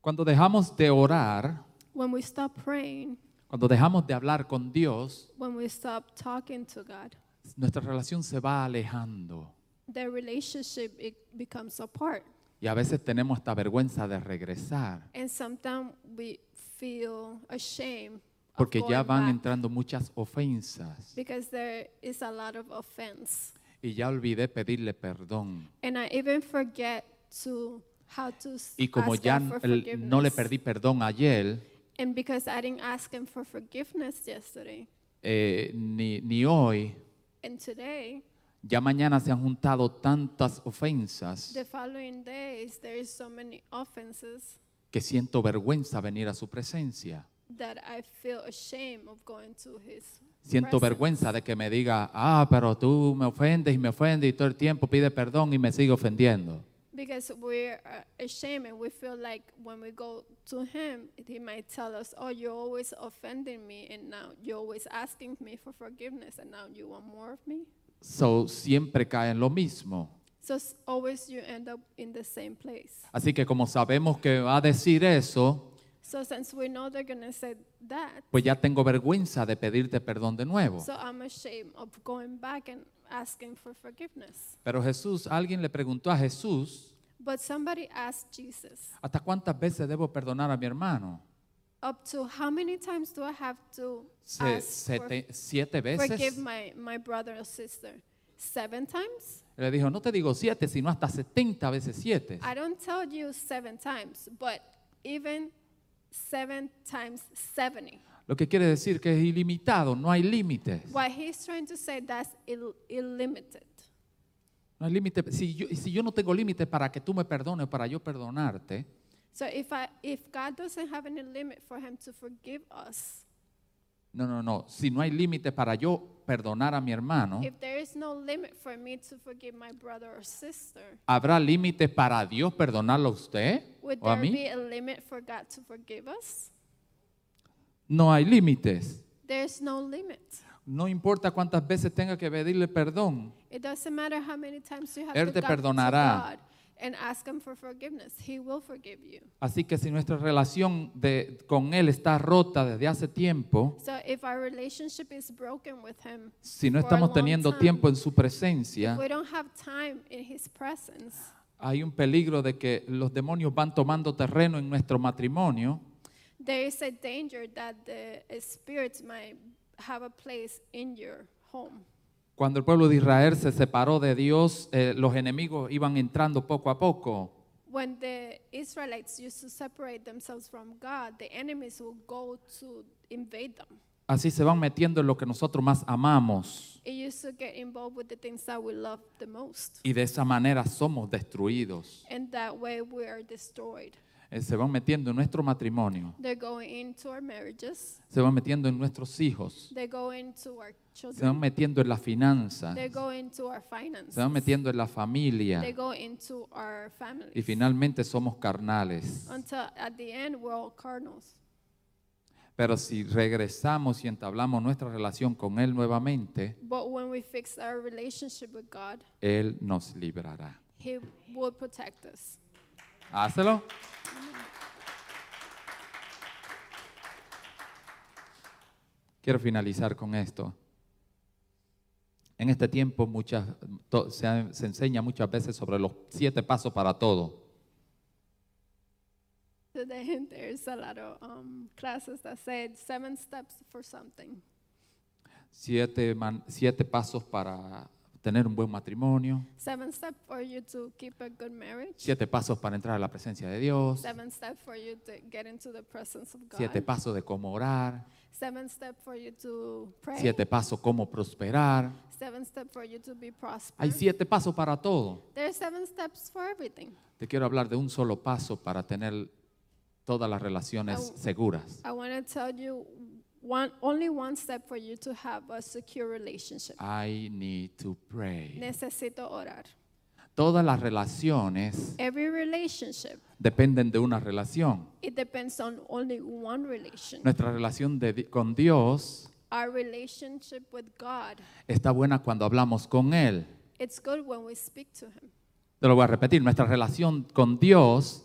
B: Cuando dejamos de orar,
C: When we stop praying,
B: cuando dejamos de hablar con Dios,
C: when we stop talking to God,
B: nuestra relación se va alejando
C: the relationship it becomes apart.
B: y a veces tenemos hasta vergüenza de regresar
C: And sometimes we feel ashamed of
B: porque ya
C: going
B: van
C: back
B: entrando muchas ofensas
C: because there is a lot of offense.
B: y ya olvidé pedirle perdón
C: And I even forget to how to s-
B: y como
C: ask
B: ya
C: him for
B: el-
C: forgiveness.
B: no le perdí perdón ayer
C: And because I didn't ask him for forgiveness yesterday
B: eh, ni, ni hoy
C: and today,
B: ya mañana se han juntado tantas ofensas
C: the following days there is so many offenses
B: que siento vergüenza venir a su presencia
C: that I feel ashamed of going to his
B: Siento
C: presence.
B: vergüenza de que me diga, ah, pero tú me ofendes y me ofendes y todo el tiempo pide perdón y me sigue ofendiendo.
C: Because we're uh, ashamed and we feel like when we go to him, he might tell us, Oh, you're always offending me, and now you're always asking me for forgiveness, and now you want more of me.
B: So, siempre cae en lo mismo.
C: So s- always you end up in the same place.
B: Así que como sabemos que va a decir eso,
C: So since we know they're going to say that,
B: pues ya tengo vergüenza de pedirte perdón de nuevo.
C: so I'm ashamed of going back and asking for forgiveness.
B: Pero Jesús, alguien le preguntó a Jesús,
C: But somebody asked Jesus,
B: ¿hasta cuántas veces debo perdonar a mi hermano?
C: Up to how many times do I have to
B: Se-
C: ask for
B: sete- ¿Siete
C: forgive
B: veces?
C: my, my brother or sister seven times?
B: Le dijo, no te digo siete, sino hasta setenta veces siete.
C: I don't tell you seven times, but even seven times 70.
B: Lo que quiere decir que es ilimitado, no hay límites.
C: What he's trying to say, that's Ill- illimited.
B: No hay límite. Si yo, si yo no tengo límites para que tú me perdones, para yo perdonarte,
C: So if I if God doesn't have any limit for him to forgive us,
B: no, no, no. Si no hay límite para yo perdonar a mi hermano,
C: if there is no limit for me to forgive my brother or sister,
B: ¿Habrá límites para Dios perdonarlo a usted
C: would
B: o a
C: there
B: mí?
C: be a limit for God to forgive us?
B: No hay límites.
C: There's no limit.
B: No importa cuántas veces tenga que pedirle perdón.
C: It doesn't matter how many times you have
B: Él
C: to
B: te
C: go- to
B: perdonará.
C: God. and ask Him for forgiveness. He will forgive you.
B: Así que si nuestra relación de- con Él está rota desde hace tiempo,
C: So if our relationship is broken with Him,
B: si no
C: for a
B: estamos
C: long
B: teniendo
C: time,
B: tiempo en su presencia,
C: we don't have time in His presence.
B: hay un peligro de que los demonios van tomando terreno en nuestro matrimonio
C: There is a danger that the uh, spirits might have a place in your home.
B: Cuando el pueblo de Israel se separó de Dios, eh, los enemigos iban entrando poco a poco.
C: When the Israelites used to separate themselves from God, the enemies would go to invade them.
B: Así se van metiendo en lo que nosotros más amamos.
C: It used to get involved with the things that we love the most.
B: Y de esa manera somos destruidos.
C: And that way we are destroyed.
B: Eh, se van metiendo en nuestro matrimonio.
C: They're going into our marriages,
B: Se van metiendo en nuestros hijos.
C: they go into our
B: Se van
C: children,
B: metiendo en las finanzas.
C: they go into our finances,
B: Se van metiendo en la familia.
C: they go into our
B: Y
C: families.
B: finalmente somos carnales.
C: Until at the end, we're all cardinals.
B: Pero si regresamos y entablamos nuestra relación con Él nuevamente,
C: But when we fix our relationship with God,
B: Él nos librará.
C: He will protect us.
B: Hácelo. Quiero finalizar con esto. En este tiempo muchas, to- se, ha- se enseña muchas veces sobre los siete pasos para todo.
C: Today, there's a lot of um, classes that said seven steps for something,
B: Siete, man- siete pasos para tener un buen matrimonio,
C: seven steps for you to keep a good marriage,
B: siete pasos para entrar a la presencia de Dios,
C: seven steps for you to get into the presence of
B: siete
C: God,
B: pasos de cómo orar,
C: seven steps for you to pray,
B: siete pasos cómo prosperar.
C: seven steps for you to be
B: Hay
C: prosperous.
B: siete pasos para todo.
C: There are seven steps for everything.
B: Te quiero hablar de un solo paso para tener todas las relaciones
C: Au.
B: seguras.
C: I want to tell you one, only one step for you to have a secure relationship.
B: I need to pray.
C: Necesito orar.
B: Todas las relaciones
C: Every relationship
B: dependen de una relación.
C: It depends on only one relation.
B: Nuestra relación de di- con Dios
C: Our relationship with God,
B: está buena cuando hablamos con Él.
C: it's good when we speak to Him.
B: Te lo voy a repetir, nuestra relación con Dios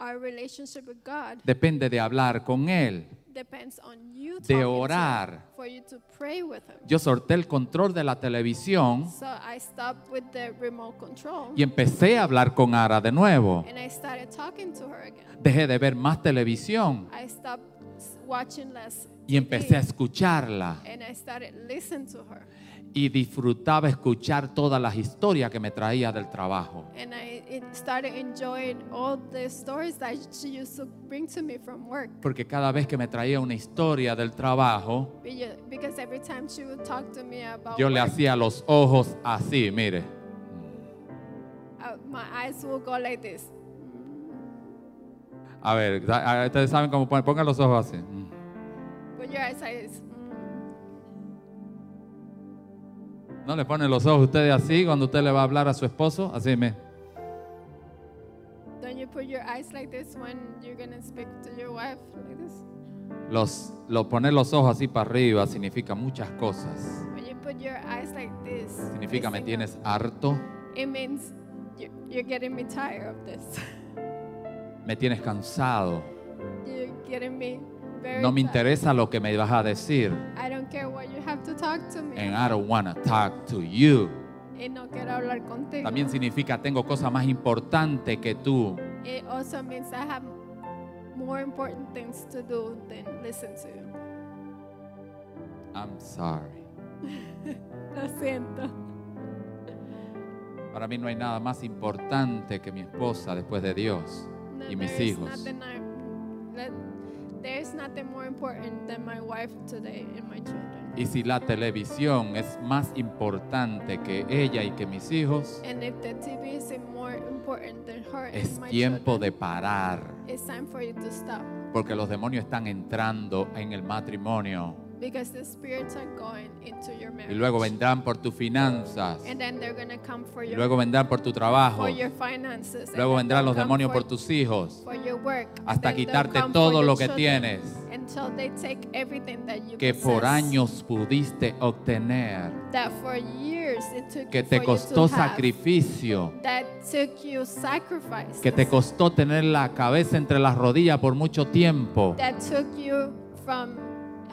C: Our relationship with God
B: depende de hablar con Él.
C: depends on you
B: De
C: talking to
B: orar.
C: Him, for you to pray with Him.
B: Yo solté el control de la televisión
C: So I stopped with the remote control
B: y empecé a hablar con Ara de nuevo.
C: and I started talking to her again.
B: Dejé de ver más televisión
C: I stopped s- watching less
B: y empecé a
C: TV,
B: escucharla.
C: and I started listening to her.
B: y disfrutaba escuchar todas las historias que me traía del trabajo.
C: And I it started enjoying all the stories that she used to bring to me from work.
B: Porque cada vez que me traía una historia del trabajo,
C: Be- Because every time she would talk to me about
B: yo le
C: work,
B: hacía los ojos así, mire.
C: uh, my eyes will go like this.
B: A ver, da- a- ustedes saben cómo poner, pongan los ojos así.
C: But your eyes are this.
B: No le ponen los ojos ustedes así cuando usted le va a hablar a su esposo, así me.
C: Don't you put your eyes like this when you're gonna speak to your wife like this?
B: Los, lo- poner los ojos así para arriba significa muchas cosas.
C: When you put your eyes like this,
B: Significa me
C: facing up,
B: tienes harto,
C: It means you- you're getting me tired of this.
B: me tienes cansado,
C: you're getting me very.
B: no me
C: tired.
B: interesa lo que me vas a decir.
C: I don't care what you have to talk to me.
B: And I don't wanna talk to you.
C: Y no quiero hablar contigo.
B: También significa tengo cosas más importantes que tú.
C: It also means I have more important things to do than listen to you.
B: I'm sorry.
C: Lo siento.
B: Para mí no hay nada más importante que mi esposa después de Dios
C: No,
B: y mis
C: there is
B: hijos.
C: nothing I- that- there is nothing more important than my wife today and my children.
B: Y si la televisión es más importante que ella y que mis hijos,
C: And if the TV is more important than her and
B: es
C: my
B: tiempo de
C: children,
B: parar.
C: it's time for you to stop
B: Porque los demonios están entrando en el matrimonio.
C: because the spirits are going into your marriage.
B: Y luego vendrán por tus finanzas.
C: and then they're gonna come for
B: Y
C: your
B: luego vendrán por tu trabajo.
C: for your finances. and
B: Luego
C: then
B: vendrán
C: they'll
B: los
C: come
B: demonios
C: for,
B: por tus hijos.
C: for your work. and
B: Hasta
C: then they'll
B: quitarte
C: come for
B: todo
C: your
B: lo que
C: children
B: tienes.
C: And until they take everything that you
B: que por
C: possess,
B: años pudiste obtener,
C: that for years it took
B: que
C: you
B: te
C: for
B: costó
C: you to have,
B: sacrificio,
C: that took you sacrifice,
B: que te costó tener la cabeza entre las rodillas por mucho tiempo,
C: that took you from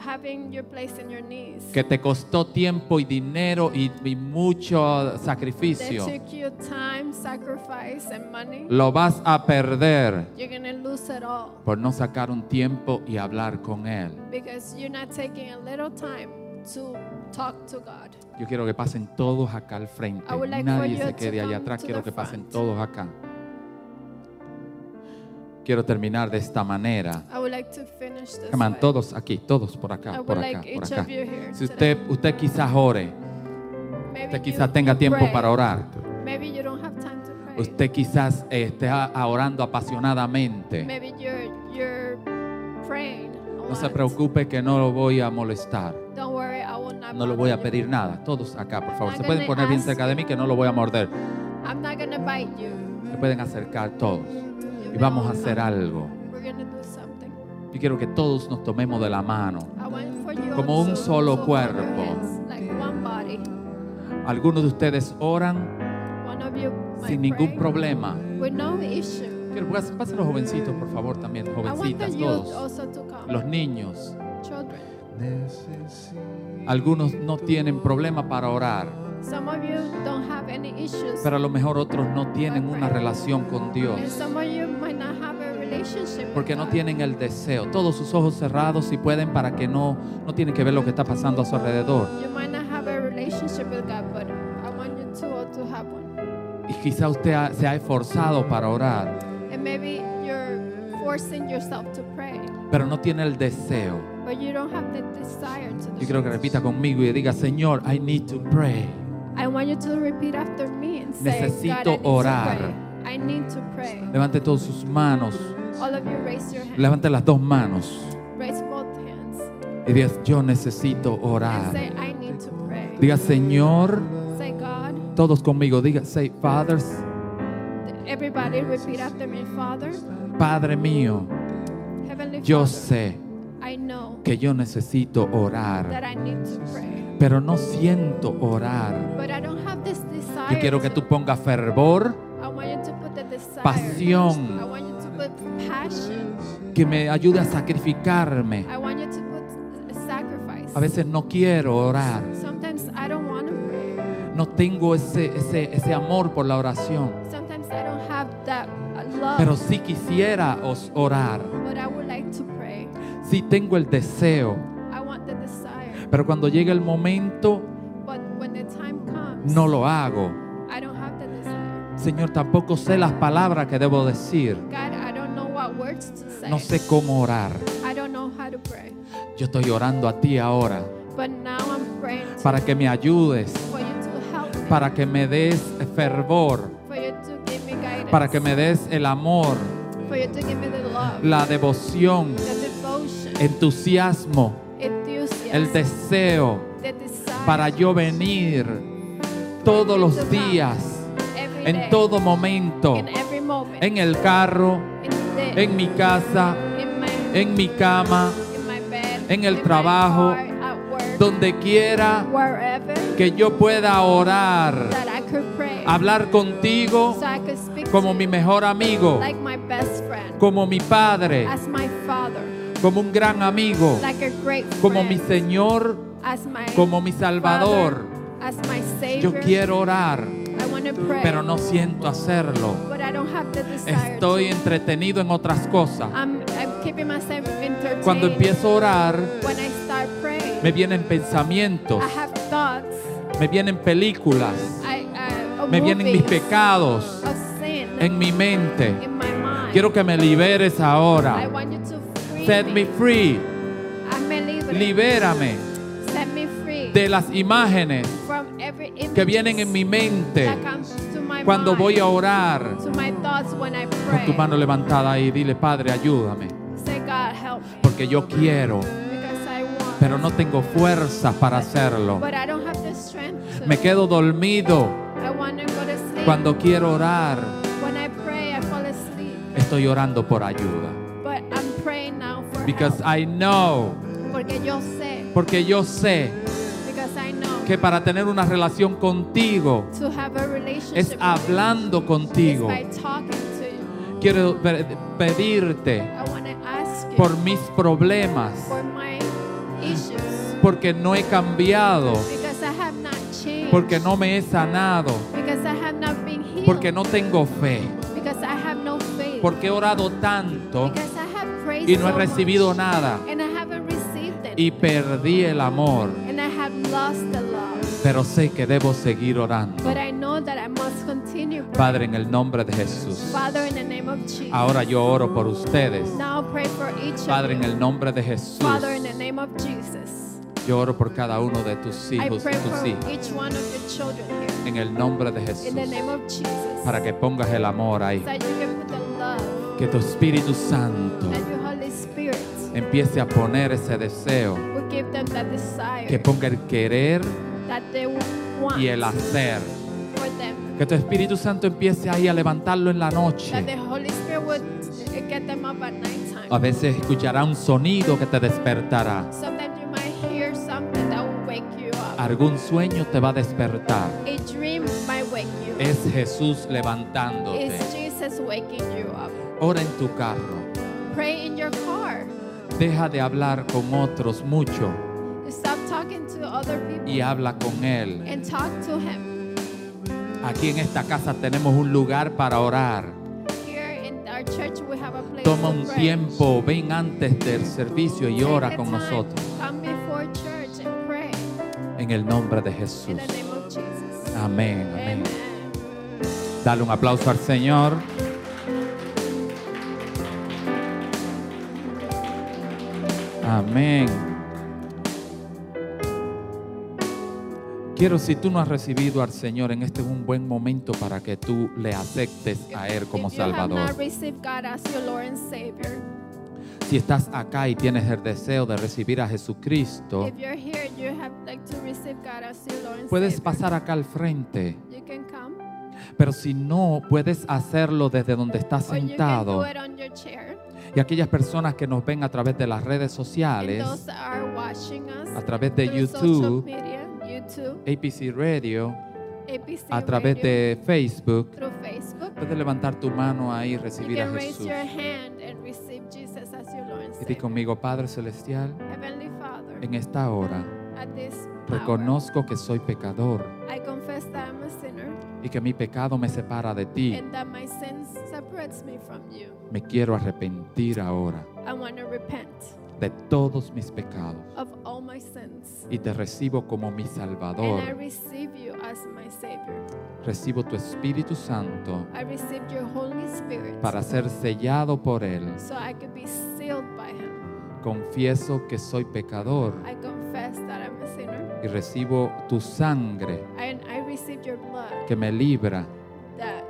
C: having your place in your knees,
B: que te costó tiempo y dinero y, y mucho
C: that
B: sacrificio,
C: took you time, sacrifice, and money.
B: lo vas a perder
C: You're gonna lose it all
B: por no sacar un tiempo y hablar con Él.
C: because you're not taking a little time to talk to God.
B: Yo quiero que pasen todos acá al frente.
C: I would like for
B: Nadie
C: you
B: se
C: to
B: quede allá
C: come
B: atrás.
C: to
B: Quiero
C: the
B: que pasen
C: front.
B: todos acá. Quiero terminar de esta manera.
C: I would like to finish this.
B: Come on,
C: way.
B: todos aquí, todos por
C: I
B: acá,
C: would
B: por
C: like
B: acá, por
C: each
B: acá.
C: of you here
B: Si
C: today.
B: usted, usted quizás ore,
C: Maybe
B: usted
C: you
B: quizás tenga tiempo
C: pray.
B: para orar.
C: Maybe you don't have time to pray.
B: Usted quizás eh, esté a- a- orando apasionadamente.
C: Maybe you're you're praying. a
B: No se
C: lot.
B: preocupe que no lo voy a molestar.
C: Don't worry, I will not.
B: No lo
C: bother
B: voy a
C: you.
B: pedir nada. Todos acá, por favor.
C: I'm
B: Se
C: not
B: pueden
C: gonna
B: poner bien
C: ask
B: cerca de mí que no lo voy a morder.
C: I'm not gonna bite you.
B: Se pueden acercar todos.
C: You
B: Y vamos
C: will
B: a hacer
C: come.
B: algo.
C: We're gonna do something.
B: Yo quiero que todos nos tomemos de la mano.
C: I want for you
B: Como
C: all
B: un
C: to-
B: solo
C: to hold your
B: cuerpo.
C: hands, Like one body.
B: Algunos de ustedes oran
C: One of you might
B: sin ningún
C: pray
B: problema.
C: With no issue.
B: Quiero que pas- pasen los jovencitos, por favor, también.
C: I want the
B: Jovencitas,
C: youth
B: todos.
C: also to come.
B: Los niños.
C: Children.
B: Algunos no tienen problema para orar,
C: Some of you don't have any issues.
B: pero a lo mejor otros no tienen una relación con
C: and
B: Dios
C: some of you might not have a relationship.
B: porque
C: with
B: no
C: God.
B: tienen el deseo. Todos sus ojos cerrados si pueden para que no, no tienen que ver lo que está pasando a su alrededor.
C: You might not have a relationship with God, but I want you to all to have one.
B: Y quizá usted ha- se ha esforzado para orar,
C: And maybe you're forcing yourself to pray,
B: pero no tiene el deseo.
C: but you don't have the desire to do
B: Yo quiero que
C: it.
B: repita conmigo y diga, Señor, I need to pray.
C: I want you to repeat after me and say,
B: Necesito
C: God, I need
B: orar."
C: to pray. I need to pray.
B: Levante todas sus manos,
C: All of you raise your hand.
B: levante las dos manos
C: Raise both hands
B: y diga, yo necesito
C: and
B: orar.
C: say, I need to pray.
B: Diga, Señor,
C: Say, God,
B: todos conmigo, diga, say, Father,
C: everybody repeat after me, Father,
B: Padre mío,
C: Heavenly
B: yo
C: Father,
B: sé
C: I know
B: que yo necesito
C: that
B: orar,
C: I need to pray,
B: pero no siento orar.
C: but I don't have this desire
B: Yo quiero que
C: to
B: tú pongas fervor,
C: I want you to put the desire.
B: Pasión.
C: I want you to put passion.
B: que me ayude a sacrificarme.
C: I want you to put a sacrifice.
B: A veces no quiero orar,
C: Sometimes I don't want to pray.
B: no tengo ese, ese, ese amor por la oración.
C: Sometimes I don't have that uh, love.
B: Pero si quisiera os orar,
C: but I would like to pray.
B: si tengo el deseo,
C: I want the desire.
B: pero cuando llega el momento
C: But when the time comes,
B: no lo hago.
C: I don't have the desire.
B: Señor, tampoco sé las palabras que debo decir.
C: God, I don't know what words to say.
B: No sé cómo orar.
C: I don't know how to pray.
B: Yo estoy orando a ti ahora
C: But now I'm praying to,
B: para que me ayudes,
C: for you to help me.
B: para que me des fervor,
C: for you to give me guidance.
B: para que me des el amor,
C: for you to give me the love.
B: la devoción,
C: the devotion.
B: entusiasmo, el
C: enthusiasm,
B: deseo
C: the desire
B: para yo venir todos los días,
C: every
B: en
C: day,
B: todo momento.
C: in every moment,
B: en el carro,
C: in the day,
B: en mi casa,
C: in my,
B: en mi cama,
C: in my bed,
B: en el
C: in my
B: trabajo,
C: car, at work,
B: donde quiera
C: wherever
B: que yo pueda orar,
C: that I could pray,
B: hablar contigo
C: so I could speak
B: como
C: to
B: mi
C: you,
B: mejor amigo,
C: like my best friend,
B: como mi padre,
C: as my father,
B: como un gran amigo,
C: like a great
B: como
C: friend,
B: mi Señor,
C: as my
B: como mi
C: father,
B: Salvador.
C: as my
B: Yo
C: savior.
B: quiero orar,
C: I want to pray,
B: pero no siento hacerlo.
C: but I don't have the desire.
B: Estoy
C: to. Ah,
B: entretenido en otras cosas.
C: I'm, I'm keeping myself entertained.
B: Cuando empiezo a orar,
C: When I start praying,
B: me vienen pensamientos,
C: I have thoughts.
B: me vienen películas,
C: I, I, of
B: me vienen mis
C: movies,
B: pecados
C: Of sin
B: en mi mente.
C: in my mind.
B: Quiero que me liberes
C: I
B: ahora.
C: want you to free
B: Set me
C: me.
B: free.
C: Hazme libre.
B: Libérame
C: Set me free
B: de las imágenes
C: from every image
B: que vienen en mi mente
C: that comes to my
B: cuando
C: mind,
B: voy a orar.
C: to my thoughts when I
B: Con
C: pray.
B: tu mano levantada y dile, Padre, ayúdame.
C: Say, God, help me
B: Porque yo quiero,
C: because I want.
B: pero no tengo fuerzas para hacerlo.
C: But I don't have the strength to.
B: Me quedo dormido
C: I want to go to sleep.
B: cuando quiero orar.
C: when I pray, I fall asleep.
B: Estoy orando por ayuda.
C: But I'm praying now for
B: Because I know,
C: porque yo sé,
B: porque yo sé
C: because I know
B: que para tener una relación contigo
C: to have a
B: es
C: relationship with
B: hablando
C: you is
B: contigo.
C: by talking to you.
B: Quiero pe- pedirte
C: I want to ask you
B: por mis problemas,
C: for my issues
B: porque no he cambiado,
C: because I have not changed,
B: porque no me he sanado,
C: because I have not been healed,
B: porque no tengo fe,
C: because I have no faith,
B: porque he orado tanto
C: because I have prayed
B: y no he
C: so
B: recibido
C: much,
B: nada
C: and I haven't received it,
B: y perdí el amor,
C: and I have lost the love.
B: pero sé que debo seguir orando.
C: But I know that I must continue. praying.
B: Padre, en el nombre de Jesús.
C: Father, in the name of Jesus.
B: Ahora yo oro por ustedes.
C: Now pray for each
B: Padre, en
C: of you.
B: el nombre de Jesús.
C: Father, in the name of Jesus.
B: Yo oro por cada uno de tus
C: I
B: hijos y
C: pray
B: tus
C: for
B: hijas.
C: each one of your children here.
B: En el nombre de Jesús.
C: In the name of Jesus.
B: Para que pongas el amor ahí.
C: That you can put the love.
B: Que tu Espíritu Santo
C: That your Holy Spirit
B: empiece a poner ese deseo.
C: will give them that desire
B: Que ponga el querer
C: that they want
B: y el hacer.
C: for them.
B: Que tu Espíritu Santo empiece ahí a levantarlo en la
C: That the
B: noche.
C: Holy Spirit would get them up at nighttime.
B: A veces escuchará un sonido que te despertará.
C: Sometimes you might hear something that will wake you up.
B: Algún sueño te va a despertar.
C: A dream might wake you up.
B: Es Jesús levantándote.
C: It's Jesus waking you up.
B: Ora en tu carro.
C: Pray in your car.
B: Deja de hablar con otros mucho
C: Stop talking to other people
B: y habla con Él.
C: and talk to Him.
B: Aquí en esta casa tenemos un lugar para orar.
C: Here in our church, we have a place.
B: Toma
C: to
B: un
C: pray.
B: tiempo, ven antes del servicio y
C: Take
B: ora
C: the
B: con
C: time.
B: nosotros.
C: Come before church and pray
B: En el nombre de
C: in
B: Jesús.
C: the name of Jesus.
B: Amén, amén.
C: Amen.
B: Dale un aplauso al Señor. Amén. Quiero, si tú no has recibido al Señor, en este es un buen momento para que tú le aceptes a Él como
C: if you have
B: Salvador.
C: not received God as your Lord and Savior,
B: Si estás acá y tienes el deseo de recibir a Jesucristo,
C: if you're here and you have like to receive God as your Lord and
B: puedes
C: Savior,
B: pasar acá al frente.
C: you can come
B: Pero si no, puedes hacerlo desde donde estás
C: or you can do
B: sentado.
C: it on your chair.
B: Y aquellas personas que nos ven a través de las redes
C: And
B: sociales,
C: those that are watching us
B: a través de
C: through social
B: YouTube,
C: media, YouTube,
B: APC Radio,
C: ABC
B: a través
C: Radio,
B: de Facebook,
C: through Facebook.
B: puedes levantar tu mano ahí y
C: You
B: recibir a
C: can raise
B: Jesús.
C: your hand and receive Jesus as your Lord and
B: Y di
C: Savior.
B: conmigo, Padre Celestial,
C: Heavenly Father,
B: en esta hora
C: at this hour,
B: reconozco que soy pecador
C: I confess that I'm a sinner
B: y que mi pecado me separa de ti.
C: and that my sin separates me from you.
B: Me quiero arrepentir ahora
C: I want to repent
B: de todos mis pecados
C: of all my sins.
B: y te recibo como mi
C: And I
B: Salvador.
C: receive you as my Savior.
B: Recibo tu Espíritu Santo
C: I received your Holy Spirit
B: para ser sellado por Él.
C: so I could be sealed by Him.
B: Confieso que soy pecador
C: I confess that I'm a sinner.
B: y recibo tu sangre
C: And I received your blood
B: que me libra
C: that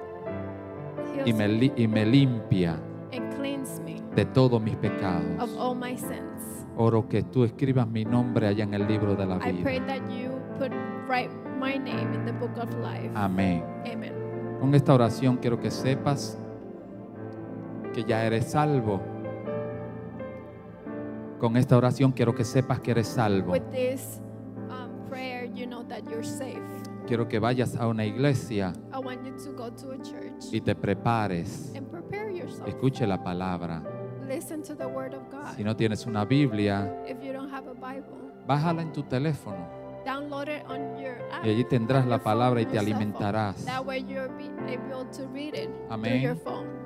B: y
C: heals
B: me,
C: me
B: li- y me limpia
C: and cleans me
B: de todos mis
C: of
B: pecados.
C: all my sins.
B: Oro que tú escribas mi nombre allá en el libro de la
C: I pray
B: vida.
C: that you put write my name in the book of life.
B: Amén.
C: Amen.
B: Con esta oración quiero que sepas que ya eres salvo. Con esta oración quiero que sepas que eres salvo.
C: With this um, prayer, you know that you're safe.
B: Quiero que vayas a una iglesia
C: I want you to go to a church
B: y te prepares.
C: and prepare yourself.
B: Escuche la palabra.
C: Listen to the word of God.
B: Si no tienes una Biblia,
C: If you don't have a Bible,
B: bájala en tu teléfono
C: download it on your app.
B: y allí tendrás la palabra y te alimentarás.
C: That way you'll be able to read it through
B: Amén.
C: your phone.